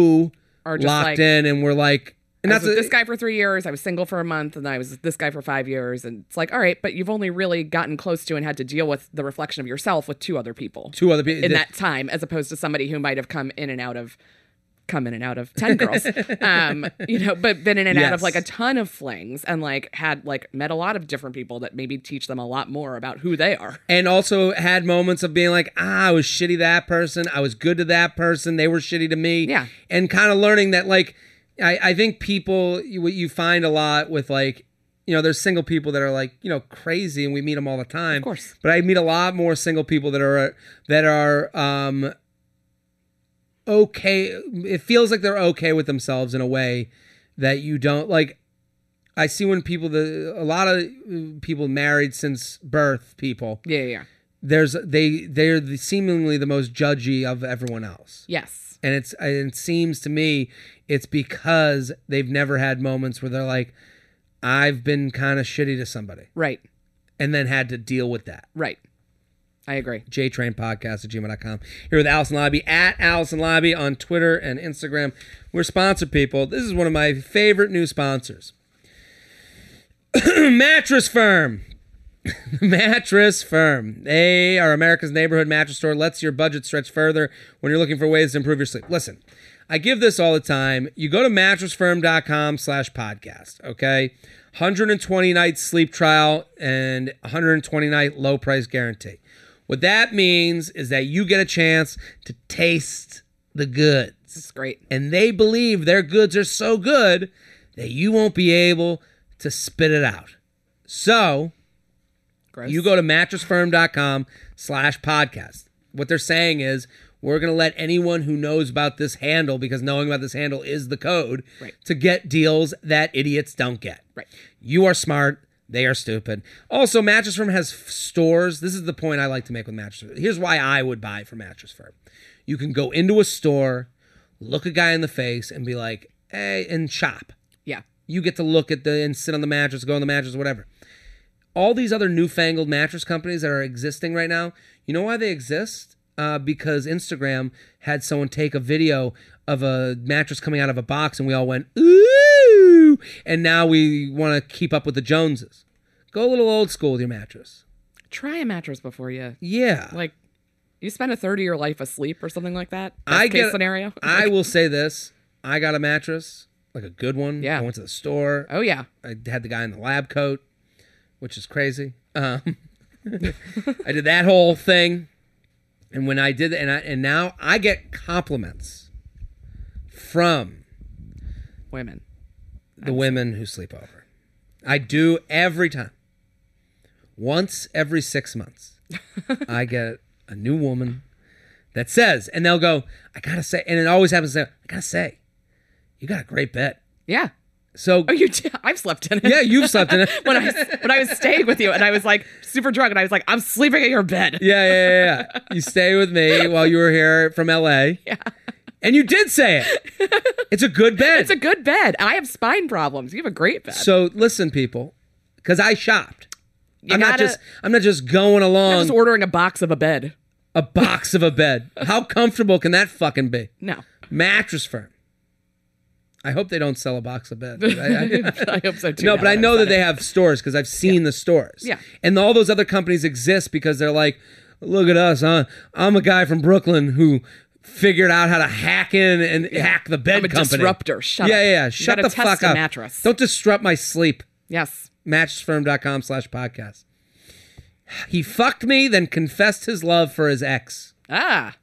Are just locked like- in and were like and I was that's with a- this guy for three years. I was single for a month, and then I was with this guy for five years. And it's like, all right, but you've only really gotten close to and had to deal with the reflection of yourself with two other people two other people in that time, as opposed to somebody who might have come in and out of, come in and out of ten girls, um, you know, but been in and out of Yes. like a ton of flings and like had like met a lot of different people that maybe teach them a lot more about who they are. and also had moments of being like, ah, I was shitty to that person. I was good to that person. They were shitty to me. Yeah. And kind of learning that, like, I, I think people, you- what you find a lot with, like, you know, there's single people that are like, you know, crazy, and we meet them all the time. Of course. But I meet a lot more single people that are that are um, okay. It feels like they're okay with themselves in a way that you don't like. I see when people the a lot of uh, people married since birth people Yeah, yeah, yeah. there's they they're the, seemingly the most judgy of everyone else yes, and it's and it seems to me it's because they've never had moments where they're like i've been kind of shitty to somebody right, and then had to deal with that right. I agree. jtrainpodcast at gmail.com here with allison lobby at allison lobby on twitter and instagram we're sponsored people this is one of my favorite new sponsors mattress firm Mattress Firm. They are America's neighborhood mattress store. Lets your budget stretch further when you're looking for ways to improve your sleep. Listen, I give this all the time. You go to mattressfirm.com slash podcast, okay? 120 night sleep trial and 120 night low price guarantee. What that means is that you get a chance to taste the goods. It's great. And they believe their goods are so good that you won't be able to spit it out. So Gross. you go to mattressfirm.com slash podcast. What they're saying is we're going to let anyone who knows about this handle, because knowing about this handle is the code, Right. to get deals that idiots don't get. Right. You are smart. They are stupid. Also, Mattress Firm has f- stores. This is the point I like to make with Mattress Firm. Here's why I would buy from Mattress Firm. You can go into a store, look a guy in the face, and be like, hey, and shop Yeah. you get to look at the and sit on the mattress, go on the mattress, whatever. All these other newfangled mattress companies that are existing right now, you know why they exist? Uh, because Instagram had someone take a video of a mattress coming out of a box, and we all went ooh, and now we want to keep up with the Joneses. Go a little old school with your mattress. Try a mattress before you Yeah, like. You spend a third of your life asleep or something like that. Best I case get- scenario. I will say this: I got a mattress, like a good one. Yeah. I went to the store. oh yeah. I had the guy in the lab coat, which is crazy. Um, I did that whole thing, and when I did that, and I and now I get compliments from Women. the women who sleep over. I do every time. Once every six months, I get a new woman that says, and they'll go, "I gotta say," and it always happens. They go, I gotta say, you got a great bed. Yeah. So Oh, you. T- I've slept in it. yeah, you've slept in it. when I was, when I was staying with you and I was like super drunk and I was like, I'm sleeping in your bed. Yeah, yeah, yeah, yeah. You stay with me while you were here from LA. Yeah. And you did say it. It's a good bed. It's a good bed. I have spine problems. You have a great bed. so listen, people, because I shopped. You I'm not gotta- just I'm not just going I'm along just ordering a box of a bed. a box of a bed. How comfortable can that fucking be? No. Mattress firm. I hope they don't sell a box of bed. I- I- I hope so too. No, now but I I'm know that excited. they have stores because I've seen the stores. Yeah. And all those other companies exist because they're like, look at us, huh? I'm a guy from Brooklyn who figured out how to hack in and hack the bed I'm a company. disruptor. Shut yeah, up. Yeah, yeah. You Shut gotta the test fuck a up. mattress. Don't disrupt my sleep. Yes. Mattressfirm.com slash podcast. He fucked me, then confessed his love for his ex. Ah.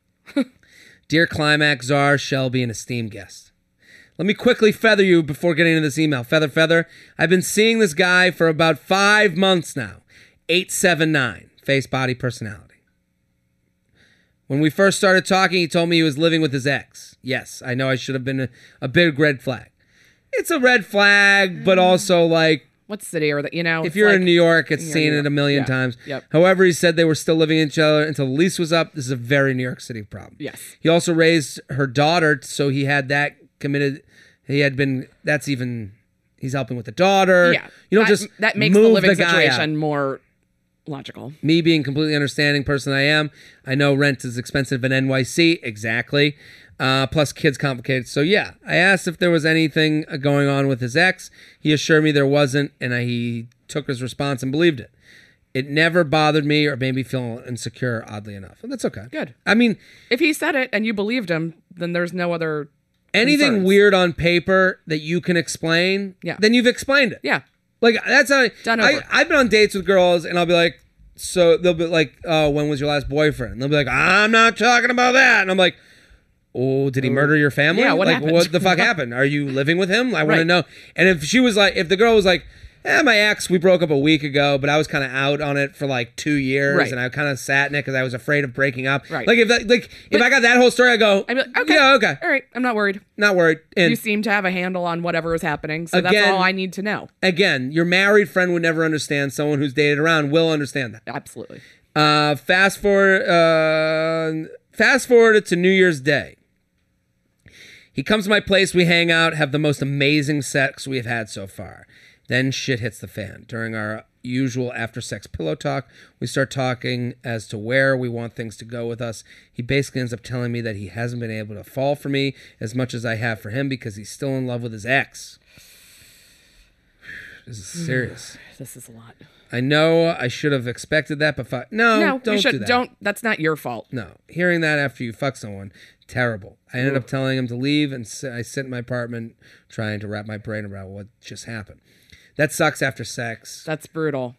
Dear Climax, Czar, Shelby, and esteemed guest. Let me quickly feather you before getting into this email. Feather, feather. I've been seeing this guy for about five months now. 879, face, body, personality. When we first started talking, he told me he was living with his ex. Yes, I know I should have been a, a big red flag. It's a red flag, Mm. but also like What city are that? You know, if you're in New York, it's you're in seen New it a York. million Yeah. times. Yep. However, he said they were still living with each other until the lease was up. This is a very New York City problem. Yes. He also raised her daughter, so he had that committed. He had been. That's even. He's helping with the daughter. yeah, You don't that, just that makes move the living guy out situation more logical. me being completely understanding person I am, I know rent is expensive in NYC. Exactly. Uh, plus, kids complicated. So, yeah, I asked if there was anything uh, going on with his ex. He assured me there wasn't, and I, he took his response and believed it. It never bothered me or made me feel insecure, oddly enough. But that's okay. Good. I mean, If he said it and you believed him, then there's no other. anything Concerns. weird on paper that you can explain, Yeah. then you've explained it. Yeah, Like that's how Done I, over. I've been on dates with girls, and I'll be like, so they'll be like, oh, when was your last boyfriend? And they'll be like, I'm not talking about that. And I'm like, oh, did he murder your family? Yeah, what like, happened? What the fuck happened? Are you living with him? I want to Right. know. And if she was like, if the girl was like, eh, my ex, we broke up a week ago, but I was kind of out on it for like two years, Right. and I kind of sat in it because I was afraid of breaking up. Right. Like if that, like if I got that whole story, I go, I'd be like, okay, yeah, okay, all right, I'm not worried. not worried. And You seem to have a handle on whatever is happening, so that's Again- all I need to know. again, your married friend would never understand. Someone who's dated around will understand that. Absolutely. Uh, fast forward. Uh, fast forward to New Year's Day. He comes to my place. We hang out. Have the most amazing sex we have had so far. Then shit hits the fan. During our usual after-sex pillow talk, we start talking as to where we want things to go with us. He basically ends up telling me that he hasn't been able to fall for me as much as I have for him because he's still in love with his ex. This is serious. This is a lot. I know I should have expected that, but fuck. No, No, don't you should do that. not That's not your fault. No, hearing that after you fuck someone, terrible. I ended up telling him to leave, and s- I sit in my apartment trying to wrap my brain around what just happened. That sucks after sex. That's brutal.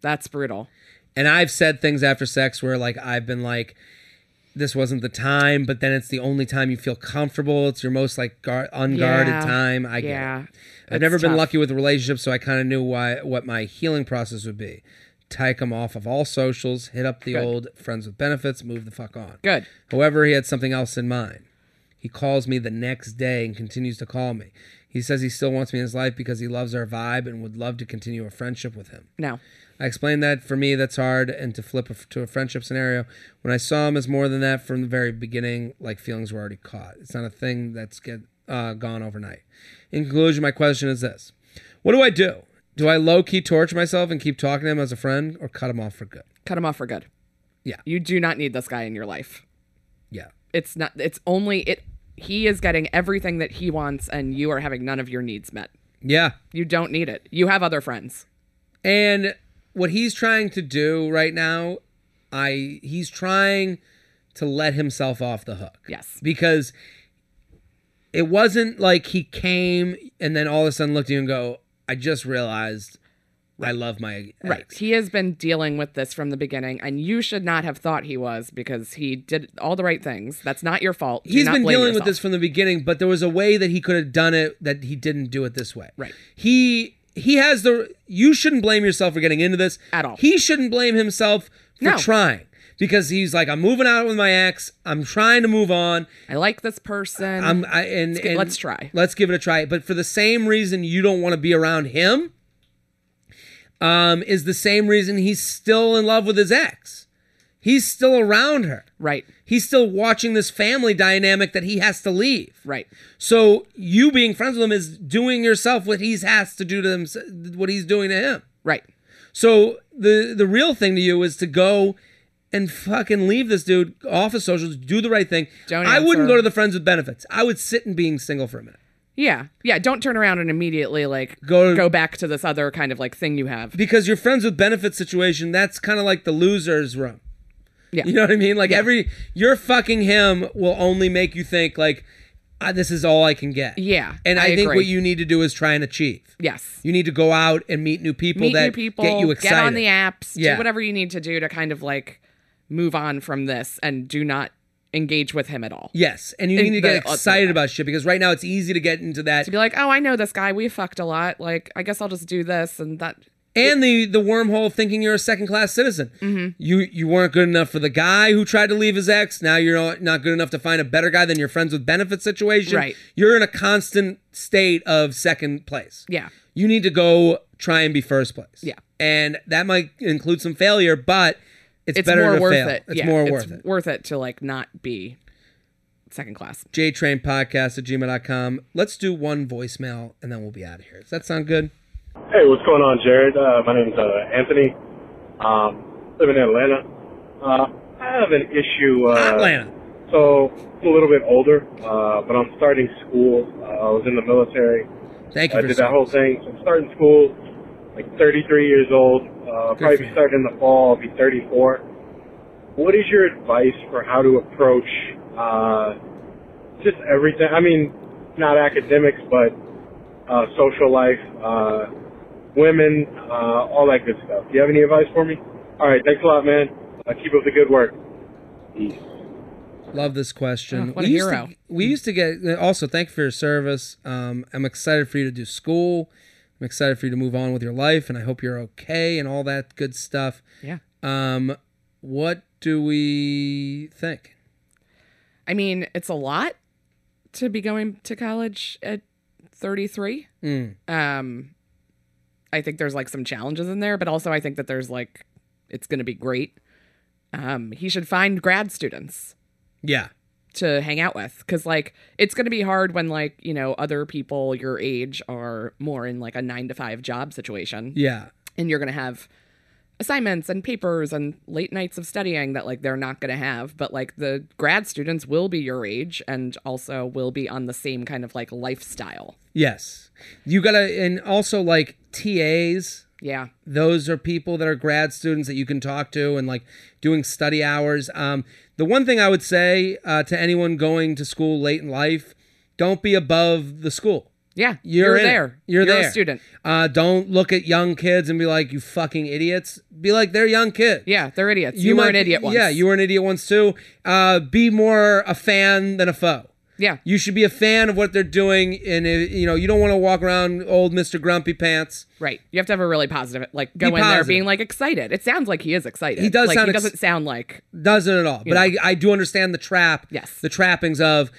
That's brutal. And I've said things after sex where like I've been like, this wasn't the time, but then it's the only time you feel comfortable. It's your most like gar- unguarded Yeah. time. I get yeah. it. I've never been tough. lucky with relationships, so I kind of knew why what my healing process would be. Take him off of all socials, hit up the old friends with benefits, move the fuck on. Good. However, he had something else in mind. He calls me the next day and continues to call me. He says he still wants me in his life because he loves our vibe and would love to continue a friendship with him. No. I explained that for me, that's hard, and to flip a, to a friendship scenario. When I saw him as more than that from the very beginning, like feelings were already caught. It's not a thing that's get uh, gone overnight. In conclusion, my question is this: What do I do? Do I low key torture myself and keep talking to him as a friend, or cut him off for good? Cut him off for good. Yeah. You do not need this guy in your life. Yeah, It's not it's only it he is getting everything that he wants and you are having none of your needs met. yeah. You don't need it. You have other friends. And what he's trying to do right now, I he's trying to let himself off the hook. Yes. Because it wasn't like he came and then all of a sudden looked at you and go, I just realized I love my ex. Right. He has been dealing with this from the beginning, and you should not have thought he was because he did all the right things. That's not your fault. Do He's not been blame dealing with yourself. this from the beginning, but there was a way that he could have done it that he didn't do it this way. Right. He he has the you shouldn't blame yourself for getting into this At all. He shouldn't blame himself for No. trying. Because he's like, I'm moving out with my ex. I'm trying to move on. I like this person. I'm I, and, gi- and let's try. Let's give it a try. But for the same reason you don't want to be around him, um, is the same reason he's still in love with his ex. He's still around her. right. He's still watching this family dynamic that he has to leave. Right. So you being friends with him is doing yourself what he's has to do to him, what he's doing to him. Right. So the the real thing to you is to go and fucking leave this dude off of socials. Do the right thing. Don't I wouldn't answer. go to the friends with benefits. I would sit in being single for a minute Yeah. Yeah. Don't turn around and immediately like Go- go back to this other kind of like thing you have. because your friends with benefits situation that's kind of like the losers room. Yeah. You know what I mean? Like every your fucking him will only make you think like "Ah, this is all I can get. Yeah, and I, I think agree. what you need to do is try and achieve. Yes. You need to go out and meet new people Meet that new people. get you excited. on the apps. Yeah. Do whatever you need to do to kind of like move on from this and do not engage with him at all. Yes, and you In need to the get other excited way. about shit because right now it's easy to get into that. To be like, oh, I know this guy. We fucked a lot. Like, I guess I'll just do this and that. and the the wormhole of thinking you're a second class citizen. Mm-hmm. You you weren't good enough for the guy who tried to leave his ex. Now you're not- not good enough to find a better guy than your friends with benefits situation. Right. You're in a constant state of second place. Yeah. You need to go try and be first place. Yeah. And that might include some failure, but it's, it's better more to worth fail. it. It's Yeah, more worth it. Worth it to like not be second class. JTrainPodcast at gmail.com. Let's do one voicemail and then we'll be out of here. Does that sound good? Hey, what's going on, Jared? Uh, my name's uh, Anthony. Um, live in Atlanta. Uh, I have an issue. Uh, Atlanta. So I'm a little bit older, uh, but I'm starting school. Uh, I was in the military. Thank you I for did that whole thing. So I'm starting school, like 33 years old. Uh, for probably you. be starting in the fall. I'll be 34. What is your advice for how to approach uh, just everything? I mean, not academics, but uh, social life, uh, women, uh, all that good stuff. Do you have any advice for me? All right, thanks a lot, man. Uh, keep up the good work. Peace. Love this question. Oh, what a we used hero. To, we used to get. Also, thank you for your service. Um, I'm excited for you to do school. I'm excited for you to move on with your life, and I hope you're okay and all that good stuff. Yeah. Um, what do we think? I mean, it's a lot to be going to college at 33. Um, I think there's like some challenges in there, but also I think that there's like, it's going to be great. Um, he should find grad students Yeah. to hang out with because like it's going to be hard when like you know other people your age are more in like a nine to five job situation Yeah. and you're going to have assignments and papers and late nights of studying that like they're not going to have but like the grad students will be your age and also will be on the same kind of like lifestyle Yes. You gotta, and also like TAs. yeah those are people that are grad students that you can talk to and like doing study hours. Um, the one thing I would say uh, to anyone going to school late in life, don't be above the school. Yeah, You're you're, in it. there. You're there. a student. Uh, don't look at young kids and be like, you fucking idiots. Be like, they're young kids. Yeah, they're idiots. You, were might an be- idiot once. Yeah, you were an idiot once too. Uh, be more a fan than a foe. Yeah. You should be a fan of what they're doing, and uh, you know you don't want to walk around old Mister Grumpy Pants. Right. You have to have a really positive, like, go in there positive. being like excited. It sounds like he is excited. He does like, sound He ex- doesn't sound like. Doesn't at all. But I, I do understand the trap. Yes. The trappings of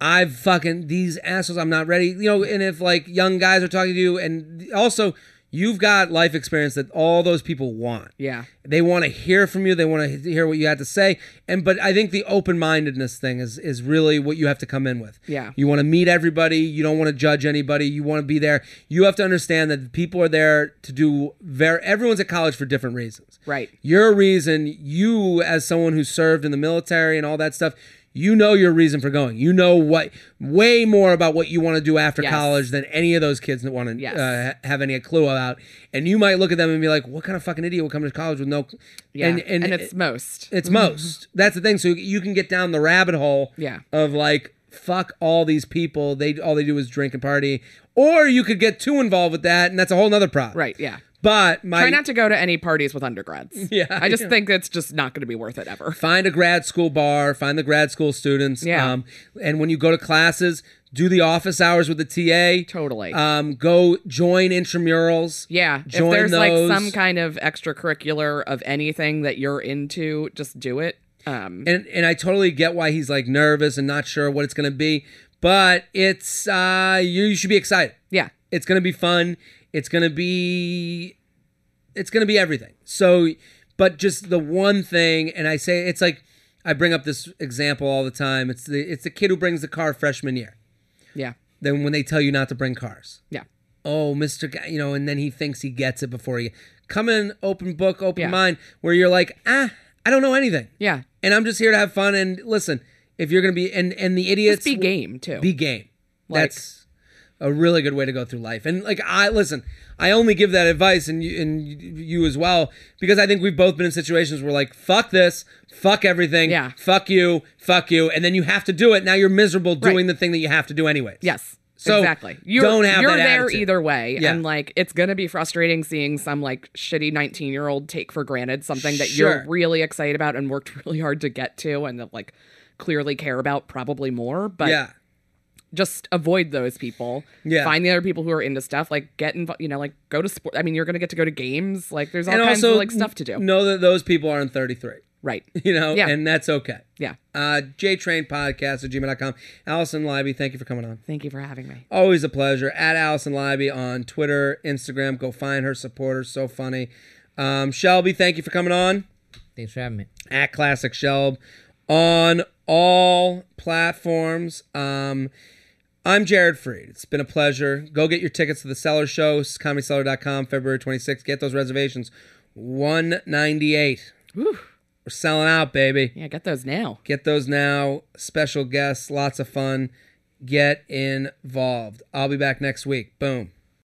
I've fucking these assholes. I'm not ready. You know, and if like young guys are talking to you, and also you've got life experience that all those people want. Yeah. They want to hear from you. They want to hear what you had to say. And but I think the open mindedness thing is is really what you have to come in with. Yeah. You want to meet everybody. You don't want to judge anybody. You want to be there. You have to understand that people are there to do very. Everyone's at college for different reasons. Right. Your reason, you as someone who served in the military and all that stuff. You know your reason for going. You know what way more about what you want to do after Yes. college than any of those kids that want to Yes. uh, ha- have any clue about. And you might look at them and be like, "What kind of fucking idiot would come to college with no?" Yeah. and, and, it's mm-hmm. most. it's most. That's the thing. So you can get down the rabbit hole. Yeah. Of like, fuck all these people. They all they do is drink and party. Or you could get too involved with that, and that's a whole nother problem. right. Yeah. But my Try not to go to any parties with undergrads. Yeah, I just think it's just not going to be worth it ever. find a grad school bar, find the grad school students. um, Yeah. and when you go to classes, do the office hours with the TA. Totally. Um, go join intramurals. Yeah. Join if there's those. like some kind of extracurricular of anything that you're into, just do it. Um, and and I totally get why he's like nervous and not sure what it's gonna be, but it's uh you, you should be excited. yeah. It's gonna be fun. It's gonna be it's gonna be everything. So but just the one thing, and I say it's like I bring up this example all the time. It's the it's the kid who brings the car freshman year. Yeah. Then when they tell you not to bring cars. Yeah. Oh, Mr. Guy, you know, and then he thinks he gets it before he come in open book, open Yeah. mind, where you're like, ah, I don't know anything Yeah. and I'm just here to have fun. And listen, if you're gonna be and and the idiots Just be game too. be game. Like- That's a really good way to go through life. And like I listen, I only give that advice, and you, and you as well, because I think we've both been in situations where like fuck this, fuck everything, Yeah. fuck you, fuck you, and then you have to do it. Now you're miserable doing Right. the thing that you have to do anyway. Yes. So, exactly. You're, don't have you're that there attitude. either way. Yeah. And like it's gonna be frustrating seeing some like shitty nineteen year old take for granted something that Sure. you're really excited about and worked really hard to get to and that like clearly care about probably more. But yeah. just avoid those people. Yeah. Find the other people who are into stuff. Like get involved you know, like go to sport I mean you're gonna get to go to games. Like there's all And kinds also of like stuff to do. Know that those people aren't 33. Right. You know, Yeah. and that's okay. Yeah. Uh, JTrain Podcast at gmail.com. Allison Libby, thank you for coming on. Thank you for having me. Always a pleasure. At Allison Libby on Twitter, Instagram. Go find her, support her. So funny. Um, Shelby, thank you for coming on. Thanks for having me. At Classic Shelb on all platforms. Um, I'm Jared Freed. It's been a pleasure. Go get your tickets to the Seller Show, comedyseller.com, February 26th. Get those reservations. 198. Whew. We're selling out, baby. Yeah, get those now. Get those now. Special guests, lots of fun. Get involved. I'll be back next week. Boom.